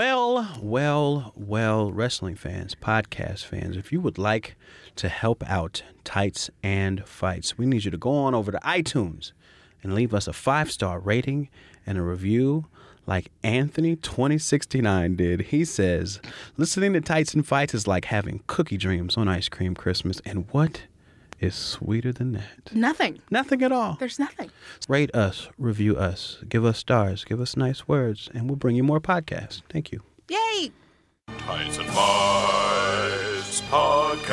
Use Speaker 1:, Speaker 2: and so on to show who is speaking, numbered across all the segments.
Speaker 1: Well, well, well, wrestling fans, podcast fans, if you would like to help out Tights and Fights, we need you to go on over to iTunes and leave us a five star rating and a review like Anthony2069 did. He says, Listening to Tights and Fights is like having cookie dreams on ice cream Christmas. And what is sweeter than that?
Speaker 2: Nothing.
Speaker 1: Nothing at all.
Speaker 2: There's nothing.
Speaker 1: Rate us, review us, give us stars, give us nice words, and we'll bring you more podcasts. Thank you.
Speaker 2: Yay!
Speaker 3: Tights and Fights Podcast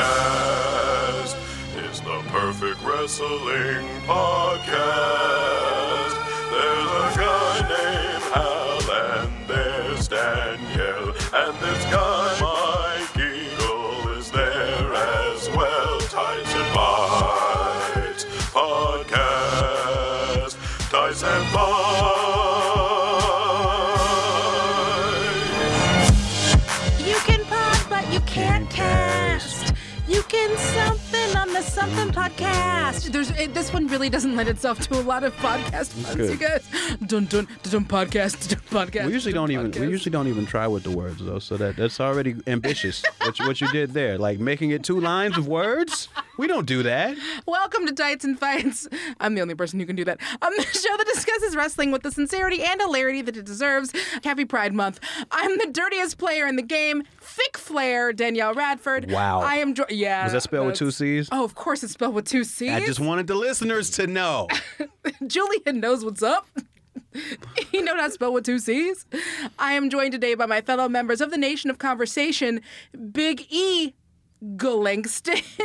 Speaker 3: is the perfect wrestling podcast. There's a guy named Hal, and there's Daniel, and this guy Mike Eagle is there as well. Tights and Fights Podcast. Tights and Fights.
Speaker 2: You can pod, but you can't cast. You can something on the something podcast. There's it, this one really doesn't lend itself to a lot of podcast puns,
Speaker 1: good.
Speaker 2: you guys. Dun dun dun podcast dun, podcast.
Speaker 1: We usually
Speaker 2: dun,
Speaker 1: don't even we
Speaker 2: podcast.
Speaker 1: usually don't even try with the words though, so that that's already ambitious. what, you, what you did there, like making it two lines of words, we don't do that.
Speaker 2: Welcome to Tights and Fights. I'm the only person who can do that. I'm the show that discusses wrestling with the sincerity and hilarity that it deserves. Happy Pride Month. I'm the dirtiest player in the game, Thick Flair, Danielle Radford.
Speaker 1: Wow.
Speaker 2: I am. Dro- yeah.
Speaker 1: Was that spelled with two
Speaker 2: that's-
Speaker 1: C's?
Speaker 2: Oh, of course it's spelled with two C's.
Speaker 1: I just wanted the listeners to know.
Speaker 2: Julian knows what's up. he know how to spell with two C's. I am joined today by my fellow members of the Nation of Conversation, Big E Galangston.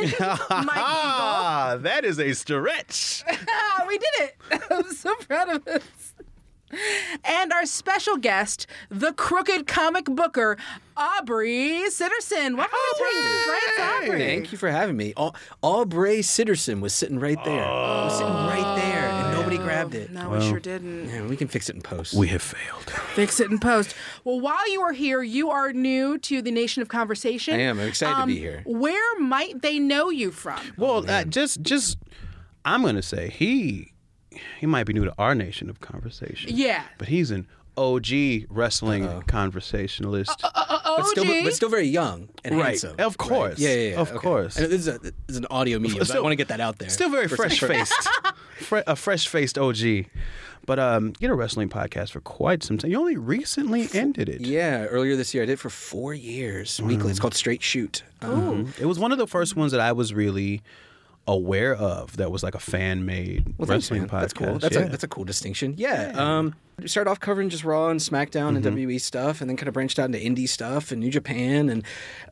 Speaker 2: Mike Eagle.
Speaker 1: ah, that is a stretch.
Speaker 2: Ah, we did it. I'm so proud of us. And our special guest, the crooked comic booker, Aubrey Sitterson. Welcome to Titan Frights, Aubrey.
Speaker 4: Thank you for having me. Au- Aubrey Sitterson was sitting right there. was sitting right there, and nobody grabbed it.
Speaker 2: No, we sure didn't.
Speaker 4: Man, we can fix it in post.
Speaker 1: We have failed.
Speaker 2: Fix it in post. Well, while you are here, you are new to the Nation of Conversation.
Speaker 4: I am. I'm excited to be here.
Speaker 2: Um, Where might they know you from?
Speaker 1: Well, uh, just just I'm gonna say he he might be new to our nation of conversation.
Speaker 2: Yeah.
Speaker 1: but he's an OG wrestling conversationalist.
Speaker 4: but, still,
Speaker 2: OG?
Speaker 4: but still very young and
Speaker 1: Right.
Speaker 4: handsome.
Speaker 1: Of course.
Speaker 4: Yeah, yeah, yeah.
Speaker 1: Of course.
Speaker 4: I know this, is a, this is an audio medium, but I
Speaker 1: Still-
Speaker 4: want to get that out there.
Speaker 1: Still very
Speaker 4: For some-
Speaker 1: fresh
Speaker 4: for-
Speaker 1: faced, Fre- a fresh faced OG. But um, you had a wrestling podcast for quite some time. You only recently ended it.
Speaker 4: Yeah, earlier this year I did it for four years weekly.
Speaker 1: Mm.
Speaker 4: It's called Straight Shoot. Um,
Speaker 1: It was one of the first ones that I was really aware of that was like a fan made
Speaker 4: Well, thanks,
Speaker 1: wrestling
Speaker 4: man.
Speaker 1: podcast.
Speaker 4: That's cool. That's,
Speaker 1: yeah.
Speaker 4: a, that's a cool distinction. Yeah. Um, we started off covering just Raw and SmackDown and
Speaker 1: Mm-hmm.
Speaker 4: WWE stuff, and then kind of branched out into indie stuff and New Japan. And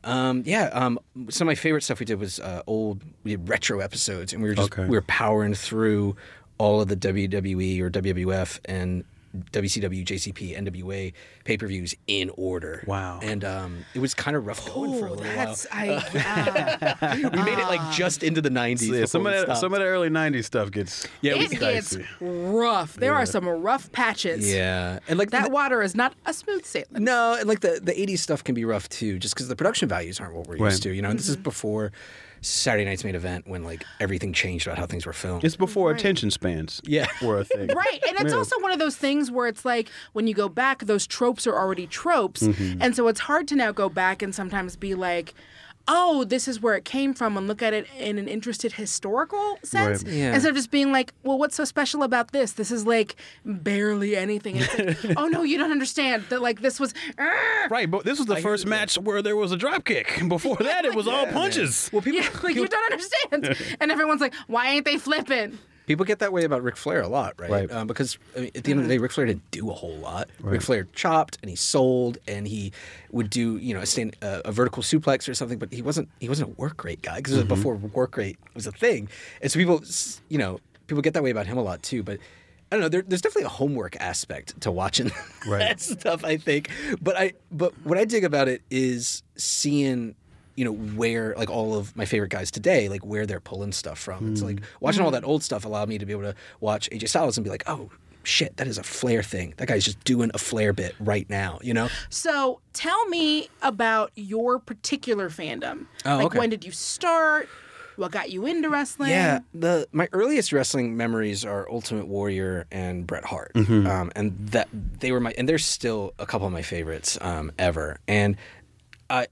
Speaker 4: um, yeah, um, some of my favorite stuff we did was uh, old we did retro episodes, and we were just
Speaker 1: Okay.
Speaker 4: we were powering through all of the WWE or WWF and WCW, JCP, NWA pay per views in order.
Speaker 1: Wow.
Speaker 4: And um, it was kind of rough going for a
Speaker 2: Oh,
Speaker 4: little
Speaker 2: that's I. yeah.
Speaker 4: while. we made it like just into the nineties.
Speaker 1: Yeah, some of that, some of the early '90s stuff gets
Speaker 4: Yeah,
Speaker 2: it gets rough. There are some rough patches.
Speaker 4: yeah, and like
Speaker 2: That
Speaker 4: the-
Speaker 2: water is not a smooth sailing.
Speaker 4: No, and like the, the 80s stuff can be rough too, just because the production values aren't what we're
Speaker 1: Right.
Speaker 4: used to. You know, and this is before Saturday night's main event when like everything changed about how things were filmed.
Speaker 1: It's before attention spans
Speaker 4: Yeah.
Speaker 1: were a thing.
Speaker 2: Right, and it's
Speaker 1: Yeah.
Speaker 2: also one of those things where it's like when you go back, those tropes are already tropes,
Speaker 1: Mm-hmm.
Speaker 2: and so it's hard to now go back and sometimes be like, "Oh, this is where it came from," and look at it in an interested historical sense
Speaker 1: Right.
Speaker 4: Yeah.
Speaker 2: instead of just being like, "Well, what's so special about this? This is like barely anything." It's like, "Oh no, you don't understand that like this was." Arr!
Speaker 1: Right, but this was the first match where there was a drop kick. Before that, it was all punches.
Speaker 4: Well, people
Speaker 2: Yeah, like you don't understand, and everyone's like, "Why ain't they flipping?"
Speaker 4: people get that way about Ric Flair a lot, right?
Speaker 1: Right.
Speaker 4: Um, because I mean, at the end of the day, Ric Flair didn't do a whole lot. Ric Flair chopped and he sold and he would do you know a, stand, uh, a vertical suplex or something, but he wasn't he wasn't a work rate guy because it was before work rate was a thing. And so people, s- you know, people get that way about him a lot too, but. I don't know. There, there's definitely a homework aspect to watching
Speaker 1: Right.
Speaker 4: that stuff. I think, but I but what I dig about it is seeing you know where like all of my favorite guys today like where they're pulling stuff from. It's like watching all that old stuff allowed me to be able to watch AJ Styles and be like, oh shit, that is a flair thing. That guy's just doing a flair bit right now. You know,
Speaker 2: So tell me about your particular fandom.
Speaker 4: Oh,
Speaker 2: like
Speaker 4: okay.
Speaker 2: when did you start? What got you into wrestling?
Speaker 4: Yeah, the my earliest wrestling memories are Ultimate Warrior and Bret Hart, um, and that they were my and they're still a couple of my favorites um, ever. And I,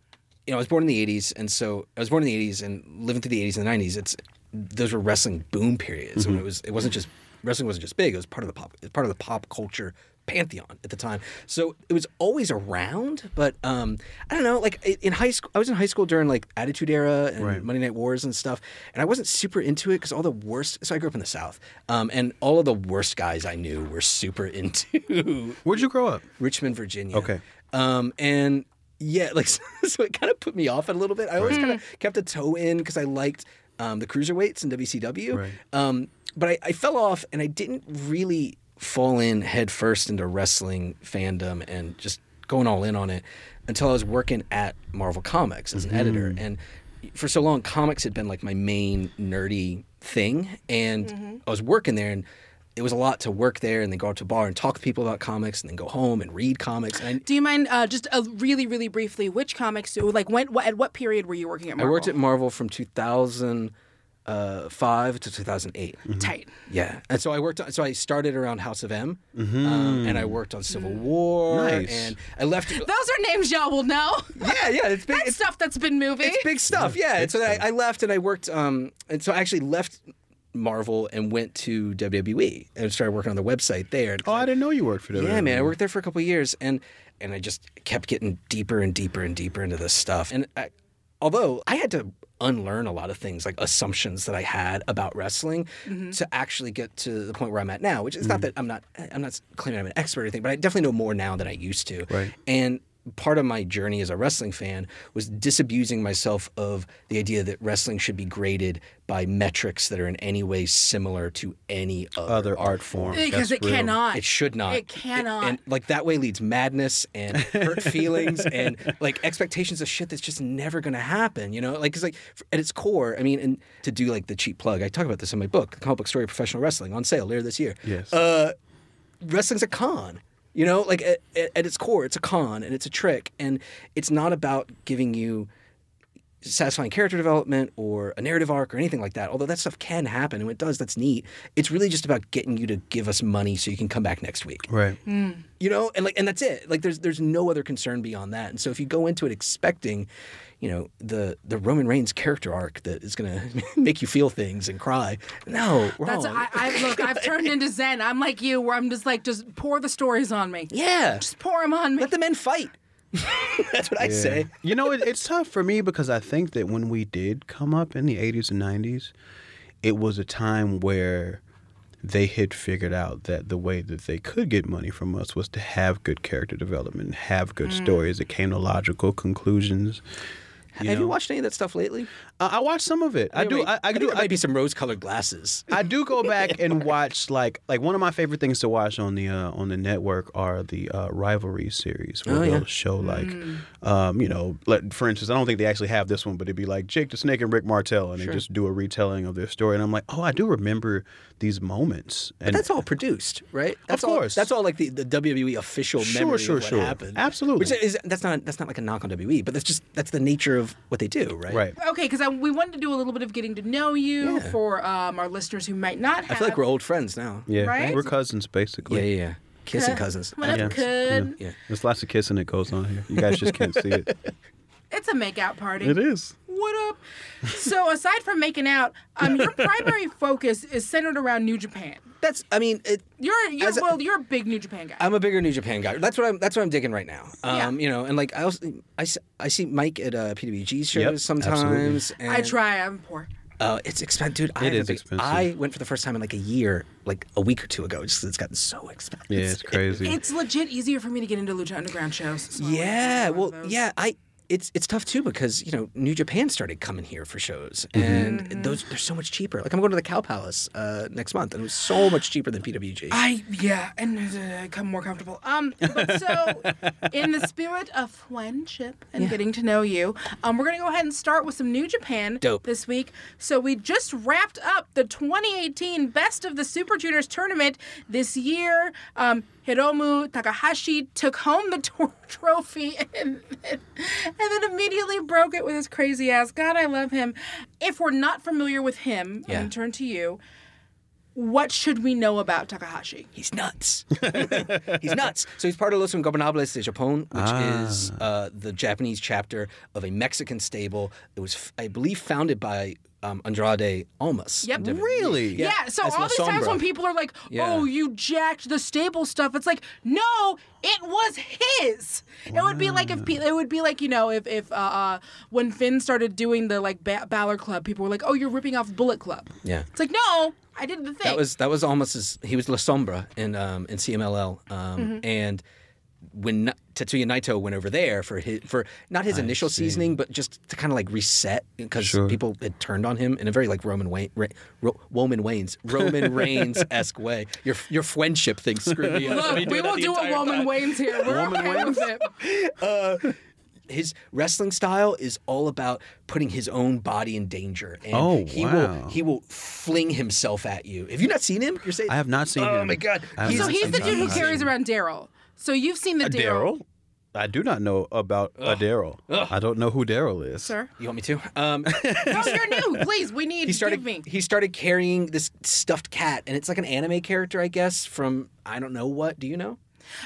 Speaker 4: you know, I was born in the '80s, and so I was born in the '80s and living through the '80s and the '90s. It's those were wrestling boom periods, and it was it wasn't just wrestling wasn't just big; it was part of the pop part of the pop culture pantheon at the time. So it was always around, but um, I don't know. Like i- in high school, I was in high school during like Attitude Era and Monday Night Wars and stuff, and I wasn't super into it because all the worst. So I grew up in the South, um, and all of the worst guys I knew were super into
Speaker 1: Where'd you grow up?
Speaker 4: Richmond, Virginia.
Speaker 1: Okay.
Speaker 4: Um, and yeah, like so, so it kind of put me off it a little bit. I always kind of kept a toe in because I liked um, the cruiserweights and WCW.
Speaker 1: Right.
Speaker 4: Um, but I, I fell off and I didn't really fall in head first into wrestling fandom and just going all in on it until I was working at Marvel Comics as an editor. And for so long, comics had been like my main nerdy thing. And I was working there and it was a lot to work there and then go out to a bar and talk to people about comics and then go home and read comics. And I,
Speaker 2: Do you mind uh, just uh, really, really briefly which comics? Like when? What, at what period were you working at?
Speaker 4: I
Speaker 2: Marvel?
Speaker 4: worked at Marvel from 2005 to 2008.
Speaker 2: Tight.
Speaker 4: Yeah, and so I worked. On, so I started around House of M,
Speaker 2: Mm-hmm.
Speaker 4: um, and I worked on Civil War.
Speaker 1: Nice.
Speaker 4: And I left. yeah,
Speaker 2: Those are names y'all will know.
Speaker 4: yeah, it's big.
Speaker 2: That's
Speaker 4: It's,
Speaker 2: stuff that's been moving.
Speaker 4: it's big stuff. Yeah, and so then I, I left, and I worked. Um, and so I actually left Marvel and went to WWE and started working on the website there.
Speaker 1: Oh, I didn't know you worked for WWE.
Speaker 4: Yeah, man, I worked there for a couple of years, and and I just kept getting deeper and deeper and deeper into this stuff. And I, although I had to unlearn a lot of things, like assumptions that I had about wrestling, to actually get to the point where I'm at now. Which is
Speaker 1: Mm-hmm.
Speaker 4: not that I'm not I'm not claiming I'm an expert or anything, but I definitely know more now than I used to.
Speaker 1: Right.
Speaker 4: And part of my journey as a wrestling fan was disabusing myself of the idea that wrestling should be graded by metrics that are in any way similar to any
Speaker 1: Other art form.
Speaker 2: because it
Speaker 1: That's real.
Speaker 2: cannot.
Speaker 4: it should not.
Speaker 2: It cannot.
Speaker 4: and like that way leads madness and hurt feelings and like expectations of shit that's just never going to happen. You know, like it's like f- at its core. I mean, and to do like the cheap plug, I talk about this in my book, the comic book story of professional wrestling, on sale later this year.
Speaker 1: Yes.
Speaker 4: Uh, wrestling's a con. You know, like at, at at its core, it's a con and it's a trick, and it's not about giving you satisfying character development or a narrative arc or anything like that. Although that stuff can happen, and when it does, that's neat. It's really just about getting you to give us money so you can come back next week
Speaker 1: Right.
Speaker 4: you know and like and that's it like there's there's no other concern beyond that and so if you go into it expecting you know the the roman reigns character arc that is going to make you feel things and cry no wrong.
Speaker 2: That's I, I look. I've turned into Zen. I'm like you, where I'm just like, just pour the stories on me.
Speaker 4: yeah
Speaker 2: Just pour them on me.
Speaker 4: let the men fight that's what i say
Speaker 1: You know, it, it's tough for me because I think that when we did come up in the 80s and 90s, it was a time where they had figured out that the way that they could get money from us was to have good character development, and have good stories that came to logical conclusions.
Speaker 4: have
Speaker 1: know.
Speaker 4: you watched any of that stuff lately
Speaker 1: I, I watched some of it. I do. I, I
Speaker 4: think
Speaker 1: do.
Speaker 4: there
Speaker 1: I,
Speaker 4: might be some rose colored glasses
Speaker 1: I do go back and watch like like one of my favorite things to watch on the uh, on the network are the uh, rivalry series where
Speaker 4: Oh,
Speaker 1: they'll
Speaker 4: yeah. Mm.
Speaker 1: show like um, you know like, for instance I don't think they actually have this one but it'd be like Jake the Snake and Rick Martel and they just do a retelling of their story and I'm like oh I do remember these moments and
Speaker 4: that's all produced, right? That's
Speaker 1: course.
Speaker 4: All, that's all like the, the WWE official
Speaker 1: Sure,
Speaker 4: memory
Speaker 1: sure,
Speaker 4: of what
Speaker 1: sure.
Speaker 4: happened.
Speaker 1: Absolutely.
Speaker 4: Which is that's not that's not like a knock on WWE, but that's just that's the nature of what they do, right?
Speaker 1: right
Speaker 2: okay, because we wanted to do a little bit of getting to know you
Speaker 4: Yeah.
Speaker 2: for um, our listeners who might not. Have.
Speaker 4: I feel like we're old friends now.
Speaker 1: yeah
Speaker 2: Right?
Speaker 1: we're cousins basically
Speaker 4: Yeah, yeah, yeah.
Speaker 2: eh,
Speaker 4: Kissing cousins.
Speaker 2: Uh, What up,
Speaker 1: Yeah.
Speaker 2: could?
Speaker 1: Yeah.
Speaker 4: Yeah.
Speaker 1: there's lots of kissing that goes on here you guys just can't see it
Speaker 2: It's a makeout party.
Speaker 1: it is
Speaker 2: What up? so aside from making out, um, your primary focus is centered around New Japan.
Speaker 4: That's. I mean, it,
Speaker 2: You're, you're
Speaker 4: As a-
Speaker 2: well, you're a big New Japan guy.
Speaker 4: I'm a bigger New Japan guy. That's what I'm. That's what I'm digging right now.
Speaker 2: Yeah.
Speaker 4: Um, You know, and like I also, I, s- I see Mike at uh, PWG shows
Speaker 1: Yep,
Speaker 4: sometimes. And,
Speaker 2: I try. I'm poor.
Speaker 4: Uh, it's expensive, dude. I
Speaker 1: It
Speaker 4: haven't
Speaker 1: is
Speaker 4: been-
Speaker 1: expensive.
Speaker 4: I went for the first time in like a year, like a week or two ago. Just 'cause it's gotten so expensive.
Speaker 1: yeah it's crazy
Speaker 2: It's legit easier for me to get into Lucha Underground shows. so I went
Speaker 4: Yeah,
Speaker 2: to one
Speaker 4: well,
Speaker 2: of those.
Speaker 4: yeah, I it's it's tough too because you know New Japan started coming here for shows, and
Speaker 1: Mm-hmm.
Speaker 4: those they're so much cheaper. Like I'm going to the Cow Palace uh, next month, and it was so much cheaper than PWG.
Speaker 2: I yeah, and uh, become more comfortable. Um, but so in the spirit of friendship and getting to know you, um, we're gonna go ahead and start with some New Japan
Speaker 4: Dope.
Speaker 2: this week. So we just wrapped up the 2018 Best of the Super Juniors tournament this year. Um, Hiromu Takahashi took home the tor- trophy and then, and then immediately broke it with his crazy ass. God, I love him. If we're not familiar with him, I'm
Speaker 4: Yeah.
Speaker 2: going to turn to you. What should we know about Takahashi?
Speaker 4: He's nuts. he's nuts. So he's part of Los Ingobernables de Japón, which is uh, the Japanese chapter of a Mexican stable. It was, f- I believe, founded by um, Andrade Almas.
Speaker 2: Yep.
Speaker 1: Really?
Speaker 2: Yeah, so
Speaker 4: that's
Speaker 2: all
Speaker 4: La
Speaker 2: these times
Speaker 4: Sombra.
Speaker 2: when people are like,
Speaker 4: Yeah.
Speaker 2: oh, you jacked the stable stuff, it's like, no, it was his. It would be like if pe- it would be like you know if if uh, uh, when Finn started doing the like ba- Balor Club, people were like, oh, you're ripping off Bullet Club.
Speaker 4: Yeah.
Speaker 2: It's like no, I did the thing.
Speaker 4: That was that was almost as he was La Sombra in um, in CMLL, um,
Speaker 2: Mm-hmm.
Speaker 4: and when Na- Tetsuya Naito went over there for his for not his initial seasoning, but just to kind of like reset because people had turned on him in a very like Roman Wayne, Re- Ro- Roman Wayne's Roman Reigns esque way. Your your friendship thing screwed me up. I've
Speaker 2: Look, we
Speaker 4: been doing that
Speaker 2: will
Speaker 4: the
Speaker 2: do
Speaker 4: entire
Speaker 2: a Roman
Speaker 4: time.
Speaker 2: Wayne's here. We're okay with it.
Speaker 4: his wrestling style is all about putting his own body in danger. And
Speaker 1: Oh,
Speaker 4: he
Speaker 1: wow.
Speaker 4: will he will fling himself at you. Have you not seen him? You're saying
Speaker 1: I have not seen
Speaker 4: Oh
Speaker 1: him.
Speaker 4: my god.
Speaker 1: I have
Speaker 2: So
Speaker 1: not
Speaker 2: he's
Speaker 1: seen
Speaker 2: the dude who
Speaker 1: Takahashi.
Speaker 2: carries around Daryl. So you've seen the Daryl,
Speaker 1: Daryl? I do not know about a Daryl. I don't know who Daryl is.
Speaker 2: sir.
Speaker 4: You want me to? Um,
Speaker 2: No, you're new. Please, we need.
Speaker 4: he started.
Speaker 2: give me.
Speaker 4: He started carrying this stuffed cat, and it's like an anime character, I guess, from I don't know what. Do you know?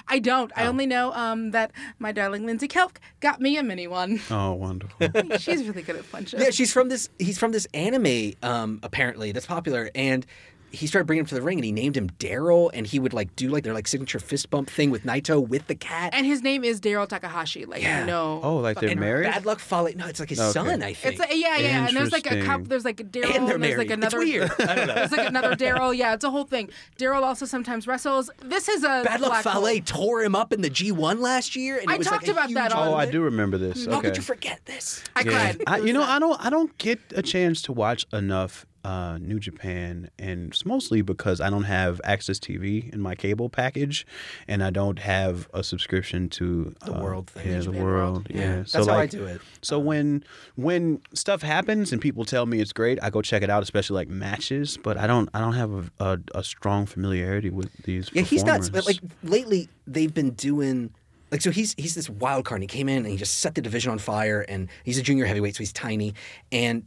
Speaker 2: I don't.
Speaker 4: Oh.
Speaker 2: I only know um, that my darling Lindsay Kelk got me a mini one.
Speaker 1: Oh, wonderful.
Speaker 2: She's really good at punches.
Speaker 4: Yeah, she's from this. He's from this anime, um, apparently that's popular, and he started bringing him to the ring, and he named him Daryl, and he would like do like their like signature fist bump thing with Naito with the cat.
Speaker 2: and his name is Daryl Takahashi. Like
Speaker 4: Yeah.
Speaker 2: no.
Speaker 1: oh, like they're
Speaker 2: fucking-
Speaker 1: married?
Speaker 4: Bad luck follow. No, it's like his son, I think.
Speaker 2: It's like, yeah, yeah. And there's like a
Speaker 1: Interesting.
Speaker 2: couple. There's like Daryl.
Speaker 4: and they're
Speaker 2: there's
Speaker 4: married.
Speaker 2: like another.
Speaker 4: It's weird. I don't know.
Speaker 2: There's like another Daryl. Yeah, it's a whole thing. Daryl also sometimes wrestles. This is a
Speaker 4: Bad luck
Speaker 2: black hole.
Speaker 4: Fale tore him up in the G1 last year, and
Speaker 2: I
Speaker 4: it was
Speaker 2: talked
Speaker 4: like a
Speaker 2: about that
Speaker 4: huge-
Speaker 2: on-
Speaker 1: Oh, I do remember this.
Speaker 4: How
Speaker 1: okay.
Speaker 4: could you forget this?
Speaker 2: I cried.
Speaker 1: I,
Speaker 2: It
Speaker 1: you
Speaker 2: was
Speaker 1: know,
Speaker 2: bad.
Speaker 1: I don't, I don't get a chance to watch enough uh, New Japan, and it's mostly because I don't have Access TV in my cable package, and I don't have a subscription to the
Speaker 4: world thing.
Speaker 1: Yeah,
Speaker 4: New
Speaker 1: the
Speaker 2: Japan
Speaker 1: world.
Speaker 2: world.
Speaker 1: Yeah,
Speaker 4: Yeah,
Speaker 1: so
Speaker 4: that's how I
Speaker 1: like-
Speaker 4: do it.
Speaker 1: So when when stuff happens and people tell me it's great, I go check it out, especially like matches. But I don't, I don't have a, a, a strong familiarity with these.
Speaker 4: Yeah, he's nuts. But
Speaker 1: performers.
Speaker 4: like lately, they've been doing like so. He's he's this wild card. And he came in and he just set the division on fire. And he's a junior heavyweight, so he's tiny. And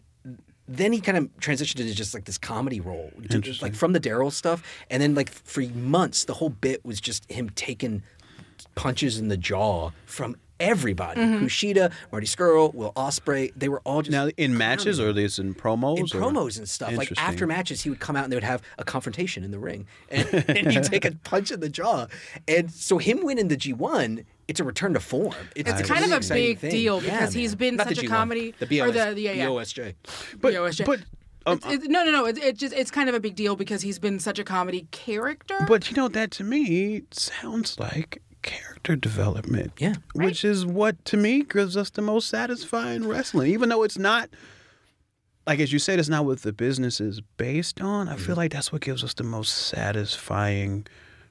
Speaker 4: then he kind of transitioned into just like this comedy role, to- like from the Daryl stuff. And then like for months, the whole bit was just him taking punches in the jaw from everybody: Kushida, Marty Skrull, Will Osprey. They were all just
Speaker 1: now in matches or this in promos,
Speaker 4: in
Speaker 1: or-
Speaker 4: promos and stuff. Like
Speaker 1: Interesting.
Speaker 4: after matches, he would come out and they would have a confrontation in the ring, and, and he'd take a punch in the jaw. And so him winning the G one, it's a return to form. It's,
Speaker 2: It's kind
Speaker 4: really
Speaker 2: of a
Speaker 4: exciting
Speaker 2: big
Speaker 4: thing.
Speaker 2: deal
Speaker 4: Yeah,
Speaker 2: because he's
Speaker 4: man.
Speaker 2: been
Speaker 4: Not
Speaker 2: such
Speaker 4: the
Speaker 2: a
Speaker 4: G1,
Speaker 2: comedy
Speaker 4: The BOS,
Speaker 2: or the yeah, yeah.
Speaker 4: BOSJ.
Speaker 1: but
Speaker 2: BOSJ.
Speaker 1: but um,
Speaker 2: It's- it- no, no, no. It, it just it's kind of a big deal because he's been such a comedy character.
Speaker 1: But you know that to me sounds like character development.
Speaker 4: Yeah.
Speaker 1: Which is what to me gives us the most satisfying wrestling. Even though it's not like as you said, it's not what the business is based on. I
Speaker 4: Mm-hmm.
Speaker 1: feel like that's what gives us the most satisfying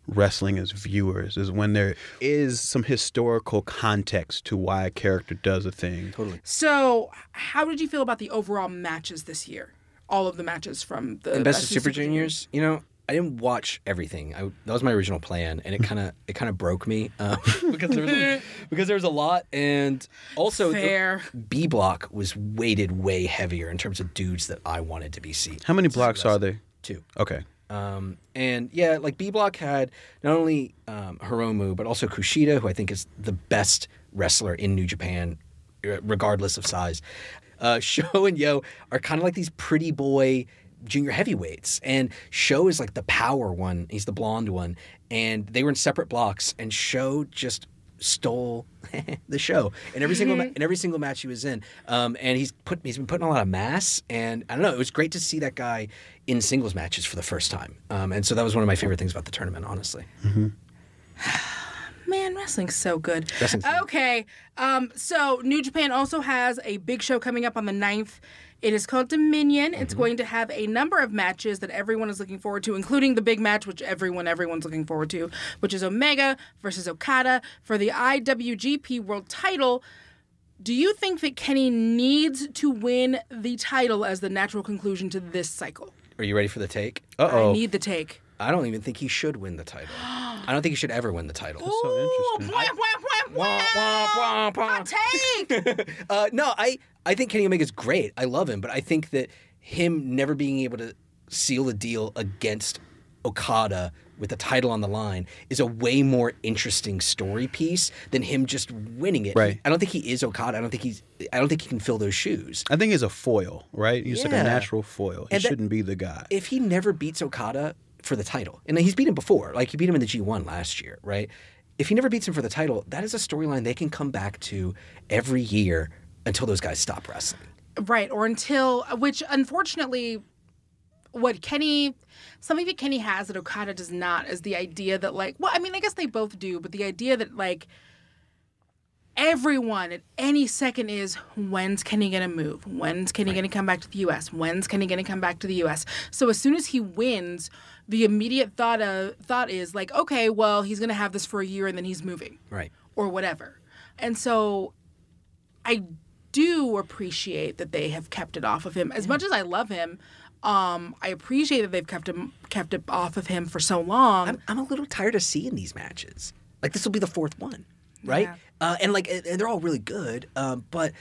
Speaker 1: wrestling as viewers is when there is some historical context to why a character does a thing. Totally.
Speaker 2: so, how did you feel about the overall matches this year? All of the matches from the
Speaker 4: And best of Super Juniors, you know. I didn't watch everything. I, that was my original plan, and it kind of it kind of broke me um, because there was a, because there was a lot, and also the-
Speaker 2: Fair.
Speaker 4: B block was weighted way heavier in terms of dudes that I wanted to be seen.
Speaker 1: How many blocks are there?
Speaker 4: Two.
Speaker 1: Okay.
Speaker 4: Um, and yeah, like B Block had not only um, Hiromu, but also Kushida, who I think is the best wrestler in New Japan, r- regardless of size. Uh, Sho and Yo are kind of like these pretty boy junior heavyweights. And Sho is like the power one, he's the blonde one. And they were in separate blocks, and Sho just stole the show in every single ma- in every single match he was in. Um, and he's put he's been putting a lot of mass, and I don't know. It was great to see that guy in singles matches for the first time, um, and so that was one of my favorite things about the tournament, honestly.
Speaker 2: Man, wrestling's so good.
Speaker 4: Wrestling's so good.
Speaker 2: okay. Um, so New Japan also has a big show coming up on the 9th. It is called Dominion. It's going to have a number of matches that everyone is looking forward to, including the big match, which everyone everyone's looking forward to, which is Omega versus Okada for the IWGP World Title. Do you think that Kenny needs to win the title as the natural conclusion to this cycle?
Speaker 4: Are you ready for the take?
Speaker 1: Uh
Speaker 2: I
Speaker 1: oh.
Speaker 2: need the take.
Speaker 4: I don't even think he should win the title. I don't think he should ever win the title.
Speaker 1: so interesting.
Speaker 2: Wah, wah, wah,
Speaker 4: Wah,
Speaker 2: wah.
Speaker 4: wah, wah, wah.
Speaker 2: Hot take.
Speaker 4: Uh, no, I, I think Kenny Omega's great. I love him, but I think that him never being able to seal the deal against Okada with the title on the line is a way more interesting story piece than him just winning it.
Speaker 1: Right.
Speaker 4: I don't think he is Okada. I don't think he's I don't think he can fill those shoes.
Speaker 1: I think he's a foil, right? He's like a
Speaker 4: Yeah.
Speaker 1: natural foil. He
Speaker 4: And that-
Speaker 1: shouldn't be the guy.
Speaker 4: if he never beats Okada for the title, and he's beat him before, like he beat him in the G1 last year, right? If he never beats him for the title, that is a storyline they can come back to every year until those guys stop wrestling.
Speaker 2: Right, or until which unfortunately what Kenny something that Kenny has that Okada does not is the idea that like well, I mean I guess they both do, but the idea that like everyone at any second is when's Kenny gonna move? When's Kenny gonna come back to the US? When's Kenny gonna come back to the US? So as soon as he wins, the immediate thought of thought is like, okay, well he's gonna have this for a year and then he's moving
Speaker 4: Right.
Speaker 2: or whatever. And so I do appreciate that they have kept it off of him. As much as I love him, um, I appreciate that they've kept him kept it off of him for so long.
Speaker 4: I'm, I'm a little tired of seeing these matches. Like this will be the fourth one, right?
Speaker 2: Yeah.
Speaker 4: Uh, and like, and and they're all really good, um, but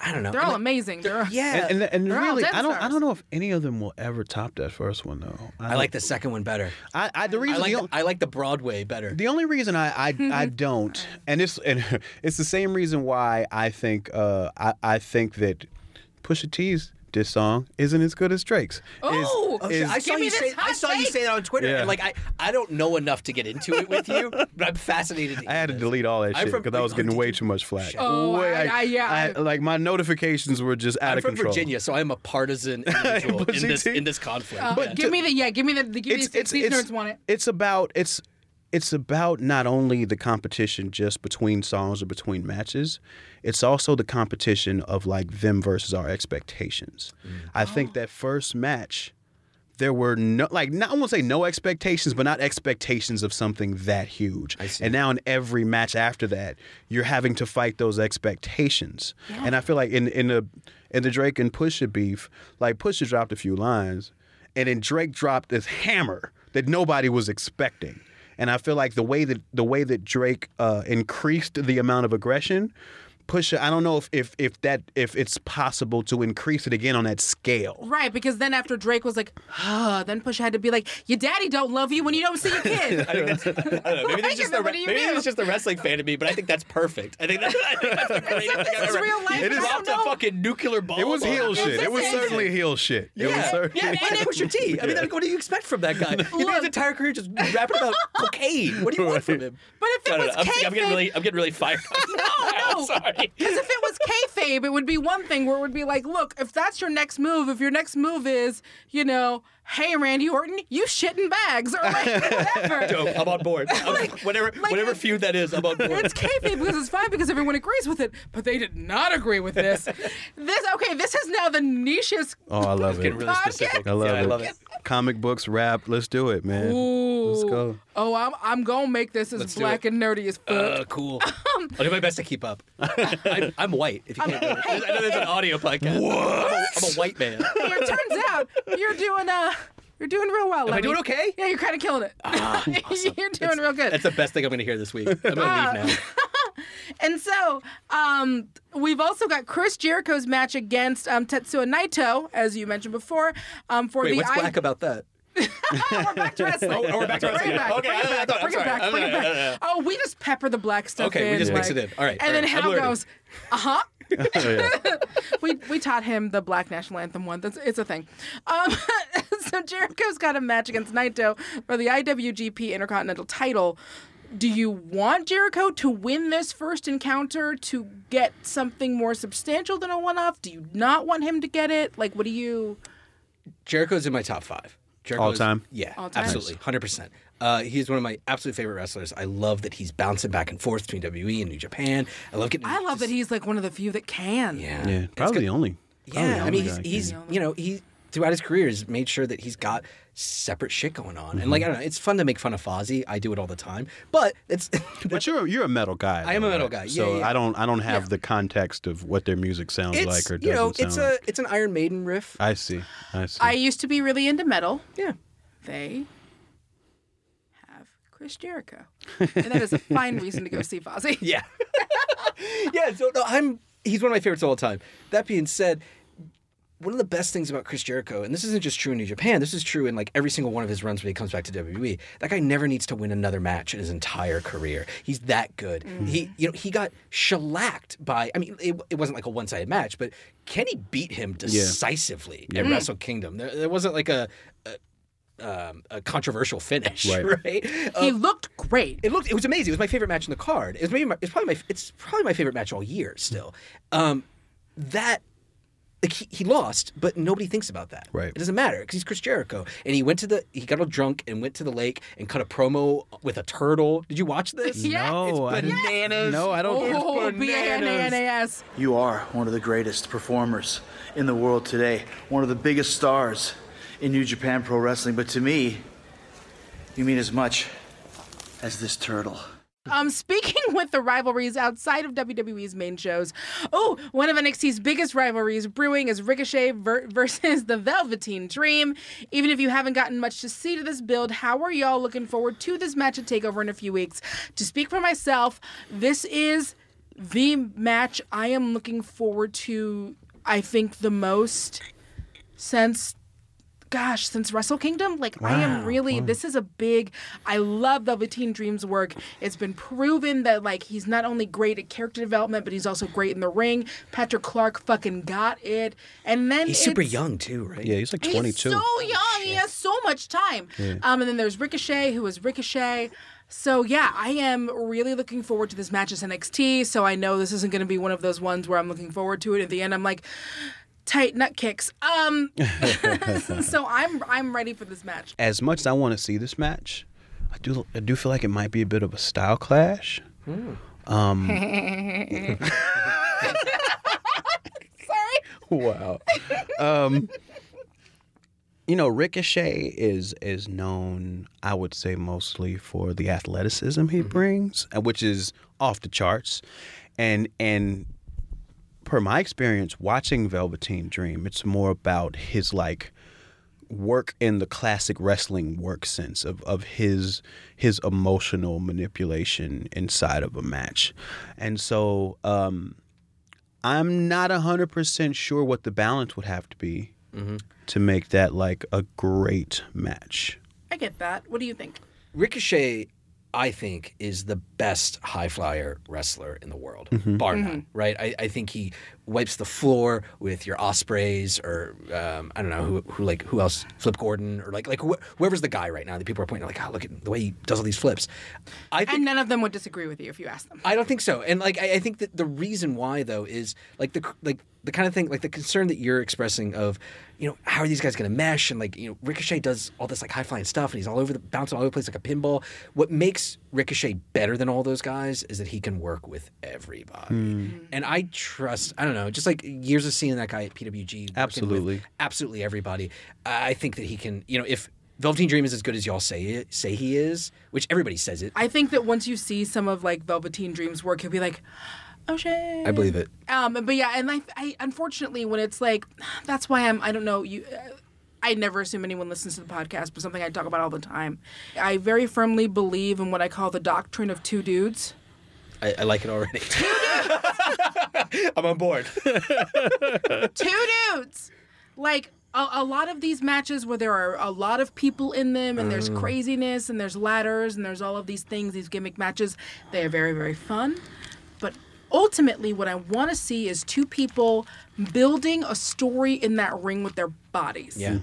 Speaker 4: I don't know.
Speaker 2: they're
Speaker 4: And,
Speaker 2: all
Speaker 4: like,
Speaker 2: amazing. They're,
Speaker 4: Yeah,
Speaker 1: and and, and
Speaker 2: They're all
Speaker 1: really,
Speaker 2: dead
Speaker 1: I don't I
Speaker 2: stars.
Speaker 1: don't know if any of them will ever top that first one though.
Speaker 4: I like the second one better.
Speaker 1: I, I the
Speaker 4: I
Speaker 1: reason
Speaker 4: like
Speaker 1: the,
Speaker 4: the,
Speaker 1: on-
Speaker 4: I like the Broadway better.
Speaker 1: the only reason I I, I don't and it's and it's the same reason why I think uh I, I think that Pusha T's diss song isn't as good as Drake's. Is-
Speaker 2: Oh,
Speaker 1: is-
Speaker 4: I saw
Speaker 2: Give me
Speaker 4: you
Speaker 2: this
Speaker 4: say I
Speaker 2: hot
Speaker 4: saw you
Speaker 2: take.
Speaker 4: say that on Twitter,
Speaker 1: Yeah.
Speaker 4: and like I, I don't know enough to get into it with you, but I'm fascinated. To
Speaker 1: I
Speaker 4: hear
Speaker 1: had to
Speaker 4: this.
Speaker 1: delete all that
Speaker 4: I'm
Speaker 1: shit
Speaker 4: from-
Speaker 1: because I was
Speaker 4: oh,
Speaker 1: getting
Speaker 4: did
Speaker 1: way
Speaker 4: you-
Speaker 1: too much flack.
Speaker 2: Oh,
Speaker 1: way,
Speaker 2: I- I- yeah, I-
Speaker 1: like my notifications were just out
Speaker 4: I'm
Speaker 1: of
Speaker 4: from
Speaker 1: control.
Speaker 4: Virginia, so I'm a partisan individual in
Speaker 1: Pussy
Speaker 4: this
Speaker 1: T.
Speaker 4: in this conflict.
Speaker 2: Uh,
Speaker 4: But
Speaker 2: give me the yeah, give me the, the give me the, these nerds want it.
Speaker 1: it's about it's it's about not only the competition just between songs or between matches it's also the competition of like them versus our expectations i
Speaker 2: Oh.
Speaker 1: think that first match there were no like not, i won't say no expectations but not expectations of something that huge and now in every match after that you're having to fight those expectations and i feel like in in the in the drake and pusha beef like pusha dropped a few lines and then Drake dropped this hammer that nobody was expecting. And I feel like the way that the way that Drake uh, increased the amount of aggression, Pusha, I don't know if, if if that if it's possible to increase it again on that scale.
Speaker 2: Right, because then after Drake was like, ah, then Push had to be like, your daddy don't love you when you don't see your kid.
Speaker 4: I don't know. Maybe
Speaker 2: Like,
Speaker 4: that's just the
Speaker 2: what do you
Speaker 4: maybe
Speaker 2: do?
Speaker 4: it's just the wrestling fan of me, but I think that's perfect. I think, that, I think that's the greatest thing I've
Speaker 2: is
Speaker 4: ever-
Speaker 2: real life,
Speaker 4: He
Speaker 2: It is-
Speaker 4: dropped
Speaker 2: I don't
Speaker 4: a
Speaker 2: know.
Speaker 4: fucking nuclear bomb.
Speaker 1: It was
Speaker 4: on
Speaker 1: heel
Speaker 4: him.
Speaker 1: shit. It was certainly heel shit. It was
Speaker 4: Yeah,
Speaker 1: certainly.
Speaker 4: yeah, man, and Pusha T. I mean, like, what do you expect from that guy? He made his
Speaker 2: Look.
Speaker 4: entire career just rapping about cocaine. What do you want from him?
Speaker 2: But if it
Speaker 4: I don't
Speaker 2: was
Speaker 4: know. I'm, I'm
Speaker 2: kayfabe-
Speaker 4: getting really, I'm getting really fired.
Speaker 2: No,
Speaker 4: I'm
Speaker 2: no.
Speaker 4: sorry.
Speaker 2: Because if it was kayfabe, it would be one thing where it would be like, look, if that's your next move, if your next move is, you know, hey, Randy Orton, you shit in bags or like whatever.
Speaker 4: Dope. I'm on board. I'm- whatever,
Speaker 2: like
Speaker 4: whatever
Speaker 2: it's-
Speaker 4: feud that is, I'm on board.
Speaker 2: It's kayfabe because it's fine because everyone agrees with it, but they did not agree with this. This okay, this is now the nichest.
Speaker 1: Oh, I love it.
Speaker 4: Getting really
Speaker 2: Podcast.
Speaker 4: specific.
Speaker 1: I love,
Speaker 4: yeah,
Speaker 1: it.
Speaker 4: I love it.
Speaker 1: Comic books, rap. Let's do it, man. Let's
Speaker 2: Ooh.
Speaker 1: go.
Speaker 2: Oh, I'm I'm gonna make this as
Speaker 4: Let's do
Speaker 2: black
Speaker 4: it.
Speaker 2: and nerdy as fuck.
Speaker 4: Uh, cool. I'll do my best to keep up. I'm, I'm white. If you can't, know. I know there's an audio podcast. I'm a white man.
Speaker 2: Well, it turns out you're doing uh you're doing real well. Am
Speaker 4: I doing okay? Ah,
Speaker 2: Yeah, you're kind of killing it. you're doing real good. Ah,
Speaker 4: That's the best thing I'm going to hear this week. I'm going to leave now.
Speaker 2: And so um, we've also got Chris Jericho's match against um, Tetsuya Naito, as you mentioned before, um, for
Speaker 4: Wait,
Speaker 2: the
Speaker 4: what's
Speaker 2: I-
Speaker 4: black about that?
Speaker 2: we're back to wrestling.
Speaker 4: oh, we're back to
Speaker 2: Bring
Speaker 4: wrestling.
Speaker 2: it back.
Speaker 4: Okay,
Speaker 2: bring it
Speaker 4: I- I
Speaker 2: back.
Speaker 4: thought- I'm
Speaker 2: bring it
Speaker 4: sorry.
Speaker 2: back.
Speaker 4: I'm
Speaker 2: Bring it
Speaker 4: sorry.
Speaker 2: back. Oh, we just pepper the black stuff
Speaker 4: Okay,
Speaker 2: in.
Speaker 4: we just
Speaker 2: like,
Speaker 4: mix it in. All right,
Speaker 2: And
Speaker 4: all
Speaker 2: then
Speaker 4: right, I'm
Speaker 2: Hal
Speaker 4: learning.
Speaker 2: goes, uh huh.
Speaker 1: Oh, yeah.
Speaker 2: we we taught him the black national anthem one. That's it's a thing. Um, so Jericho's got a match against Naito for the IWGP Intercontinental title. Do you want Jericho to win this first encounter to get something more substantial than a one-off? Do you not want him to get it? Like, what do you?
Speaker 4: Jericho's in my top five. Jericho
Speaker 1: All
Speaker 4: is-
Speaker 1: time?
Speaker 4: Yeah,
Speaker 2: All time.
Speaker 4: absolutely, hundred percent. Uh, he's one of my absolute favorite wrestlers. I love that he's bouncing back and forth between WWE and New Japan. I love getting.
Speaker 2: I love that
Speaker 4: just-
Speaker 2: he's like one of the few that can.
Speaker 4: Yeah,
Speaker 1: yeah,
Speaker 4: It's
Speaker 1: probably
Speaker 4: good-
Speaker 1: the only. probably the
Speaker 4: Yeah, I
Speaker 1: only
Speaker 4: mean,
Speaker 1: guy
Speaker 4: he's,
Speaker 1: I can-
Speaker 4: he's you know he throughout his career has made sure that he's got separate shit going on, and
Speaker 1: Mm-hmm.
Speaker 4: like I don't know, it's fun to make fun of Fozzy. I do it all the time, but it's
Speaker 1: But you're you're a metal guy.
Speaker 4: I am a
Speaker 1: though,
Speaker 4: metal
Speaker 1: right?
Speaker 4: guy. Yeah,
Speaker 1: so
Speaker 4: yeah, yeah.
Speaker 1: I don't I don't have the context of what their music sounds
Speaker 4: it's
Speaker 1: like or doesn't
Speaker 4: you know
Speaker 1: sound.
Speaker 4: it's
Speaker 1: like.
Speaker 4: a it's an Iron Maiden riff.
Speaker 1: I see. I see.
Speaker 2: I used to be really into metal.
Speaker 4: yeah,
Speaker 2: They Chris Jericho. And that is a fine reason to go see Fozzy.
Speaker 4: Yeah. yeah, so no, I'm he's one of my favorites of all time. That being said, one of the best things about Chris Jericho, and this isn't just true in New Japan, this is true in like every single one of his runs when he comes back to WWE. That guy never needs to win another match in his entire career. He's that good. He, you know, he got shellacked by. I mean, it, it wasn't like a one-sided match, but Kenny beat him decisively at Wrestle Kingdom. There, there wasn't like a a, um, a controversial finish,
Speaker 1: Right.
Speaker 4: right?
Speaker 2: He looked great.
Speaker 4: it looked it was amazing. It was my favorite match in the card. It was maybe my, it's probably my it's probably my favorite match all year still. Um, that like he, he lost, but nobody thinks about that.
Speaker 1: Right.
Speaker 4: It doesn't matter because he's Chris Jericho, and he went to the he got all drunk and went to the lake and cut a promo with a turtle. Did you watch this?
Speaker 2: Yeah.
Speaker 1: No, I
Speaker 4: It's
Speaker 1: didn't-
Speaker 4: bananas.
Speaker 1: No, I don't.
Speaker 2: Oh, B-A-N-A-N-A-S.
Speaker 5: You are one of the greatest performers in the world today, one of the biggest stars in New Japan Pro Wrestling. But to me, you mean as much as this turtle.
Speaker 2: Um, speaking with the rivalries outside of WWE's main shows, oh, one of NXT's biggest rivalries brewing is Ricochet ver- versus the Velveteen Dream. Even if you haven't gotten much to see to this build, how are y'all looking forward to this match at Takeover in a few weeks? To speak for myself, this is the match I am looking forward to. I think the most since gosh, since Wrestle Kingdom, like I am really this is a big I love Velveteen Dream's work. It's been proven that like he's not only great at character development, but he's also great in the ring. Patrick Clark fucking got it. And then
Speaker 4: He's super
Speaker 2: it's-
Speaker 4: young too, right?
Speaker 1: Yeah, he's like
Speaker 2: He's
Speaker 1: 22.
Speaker 2: so young. he has so much time. Um, and then there's Ricochet, who is Ricochet. So yeah, I am really looking forward to this match as NXT. So I know this isn't going to be one of those ones where I'm looking forward to it. At the end, I'm like, tight nut kicks. Um, so I'm I'm ready for this match.
Speaker 1: as much as I want to see this match, I do I do feel like it might be a bit of a style clash. Um,
Speaker 2: Sorry.
Speaker 1: Wow. um, you know, Ricochet is is known, I would say, mostly for the athleticism he brings, uh, which is off the charts, and and per my experience watching Velveteen Dream, it's more about his like work in the classic wrestling work sense of, of his his emotional manipulation inside of a match. And so um I'm not hundred percent sure what the balance would have to be to make that like a great match.
Speaker 2: I get that. What do you think?
Speaker 4: Ricochet, I think, is the best high flyer wrestler in the world, bar none. Right? I, I think he wipes the floor with your Ospreys or um, I don't know who, who like who else, Flip Gordon or like like wh- whoever's the guy right now that people are pointing out, like, oh, look at the way he does all these flips. I think
Speaker 2: And none of them would disagree with you if you asked them.
Speaker 4: I don't think so. And like I, I think that the reason why though is like the like the kind of thing like the concern that you're expressing of you know how are these guys going to mesh and like you know Ricochet does all this like high flying stuff and he's all over the bouncing all over the place like a pinball. What makes Ricochet better than all those guys is that he can work with everybody. And I trust I don't know just like years of seeing that guy at PWG working with
Speaker 1: Absolutely.
Speaker 4: absolutely everybody. I I think that he can you know if Velveteen Dream is as good as y'all say it, say he is, which everybody says it.
Speaker 2: I think that once you see some of like Velveteen Dream's work, you'll be like, oh shit.
Speaker 4: I believe it.
Speaker 2: Um, but yeah, and I, I unfortunately when it's like, that's why I'm. I don't know you. Uh, I never assume anyone listens to the podcast, but something I talk about all the time. I very firmly believe in what I call the doctrine of two dudes.
Speaker 4: I, I like it already. I'm on board.
Speaker 2: two dudes. Like a, a lot of these matches where there are a lot of people in them and there's craziness and there's ladders and there's all of these things, these gimmick matches, they are very, very fun. But ultimately, what I want to see is two people building a story in that ring with their bodies.
Speaker 4: Yeah.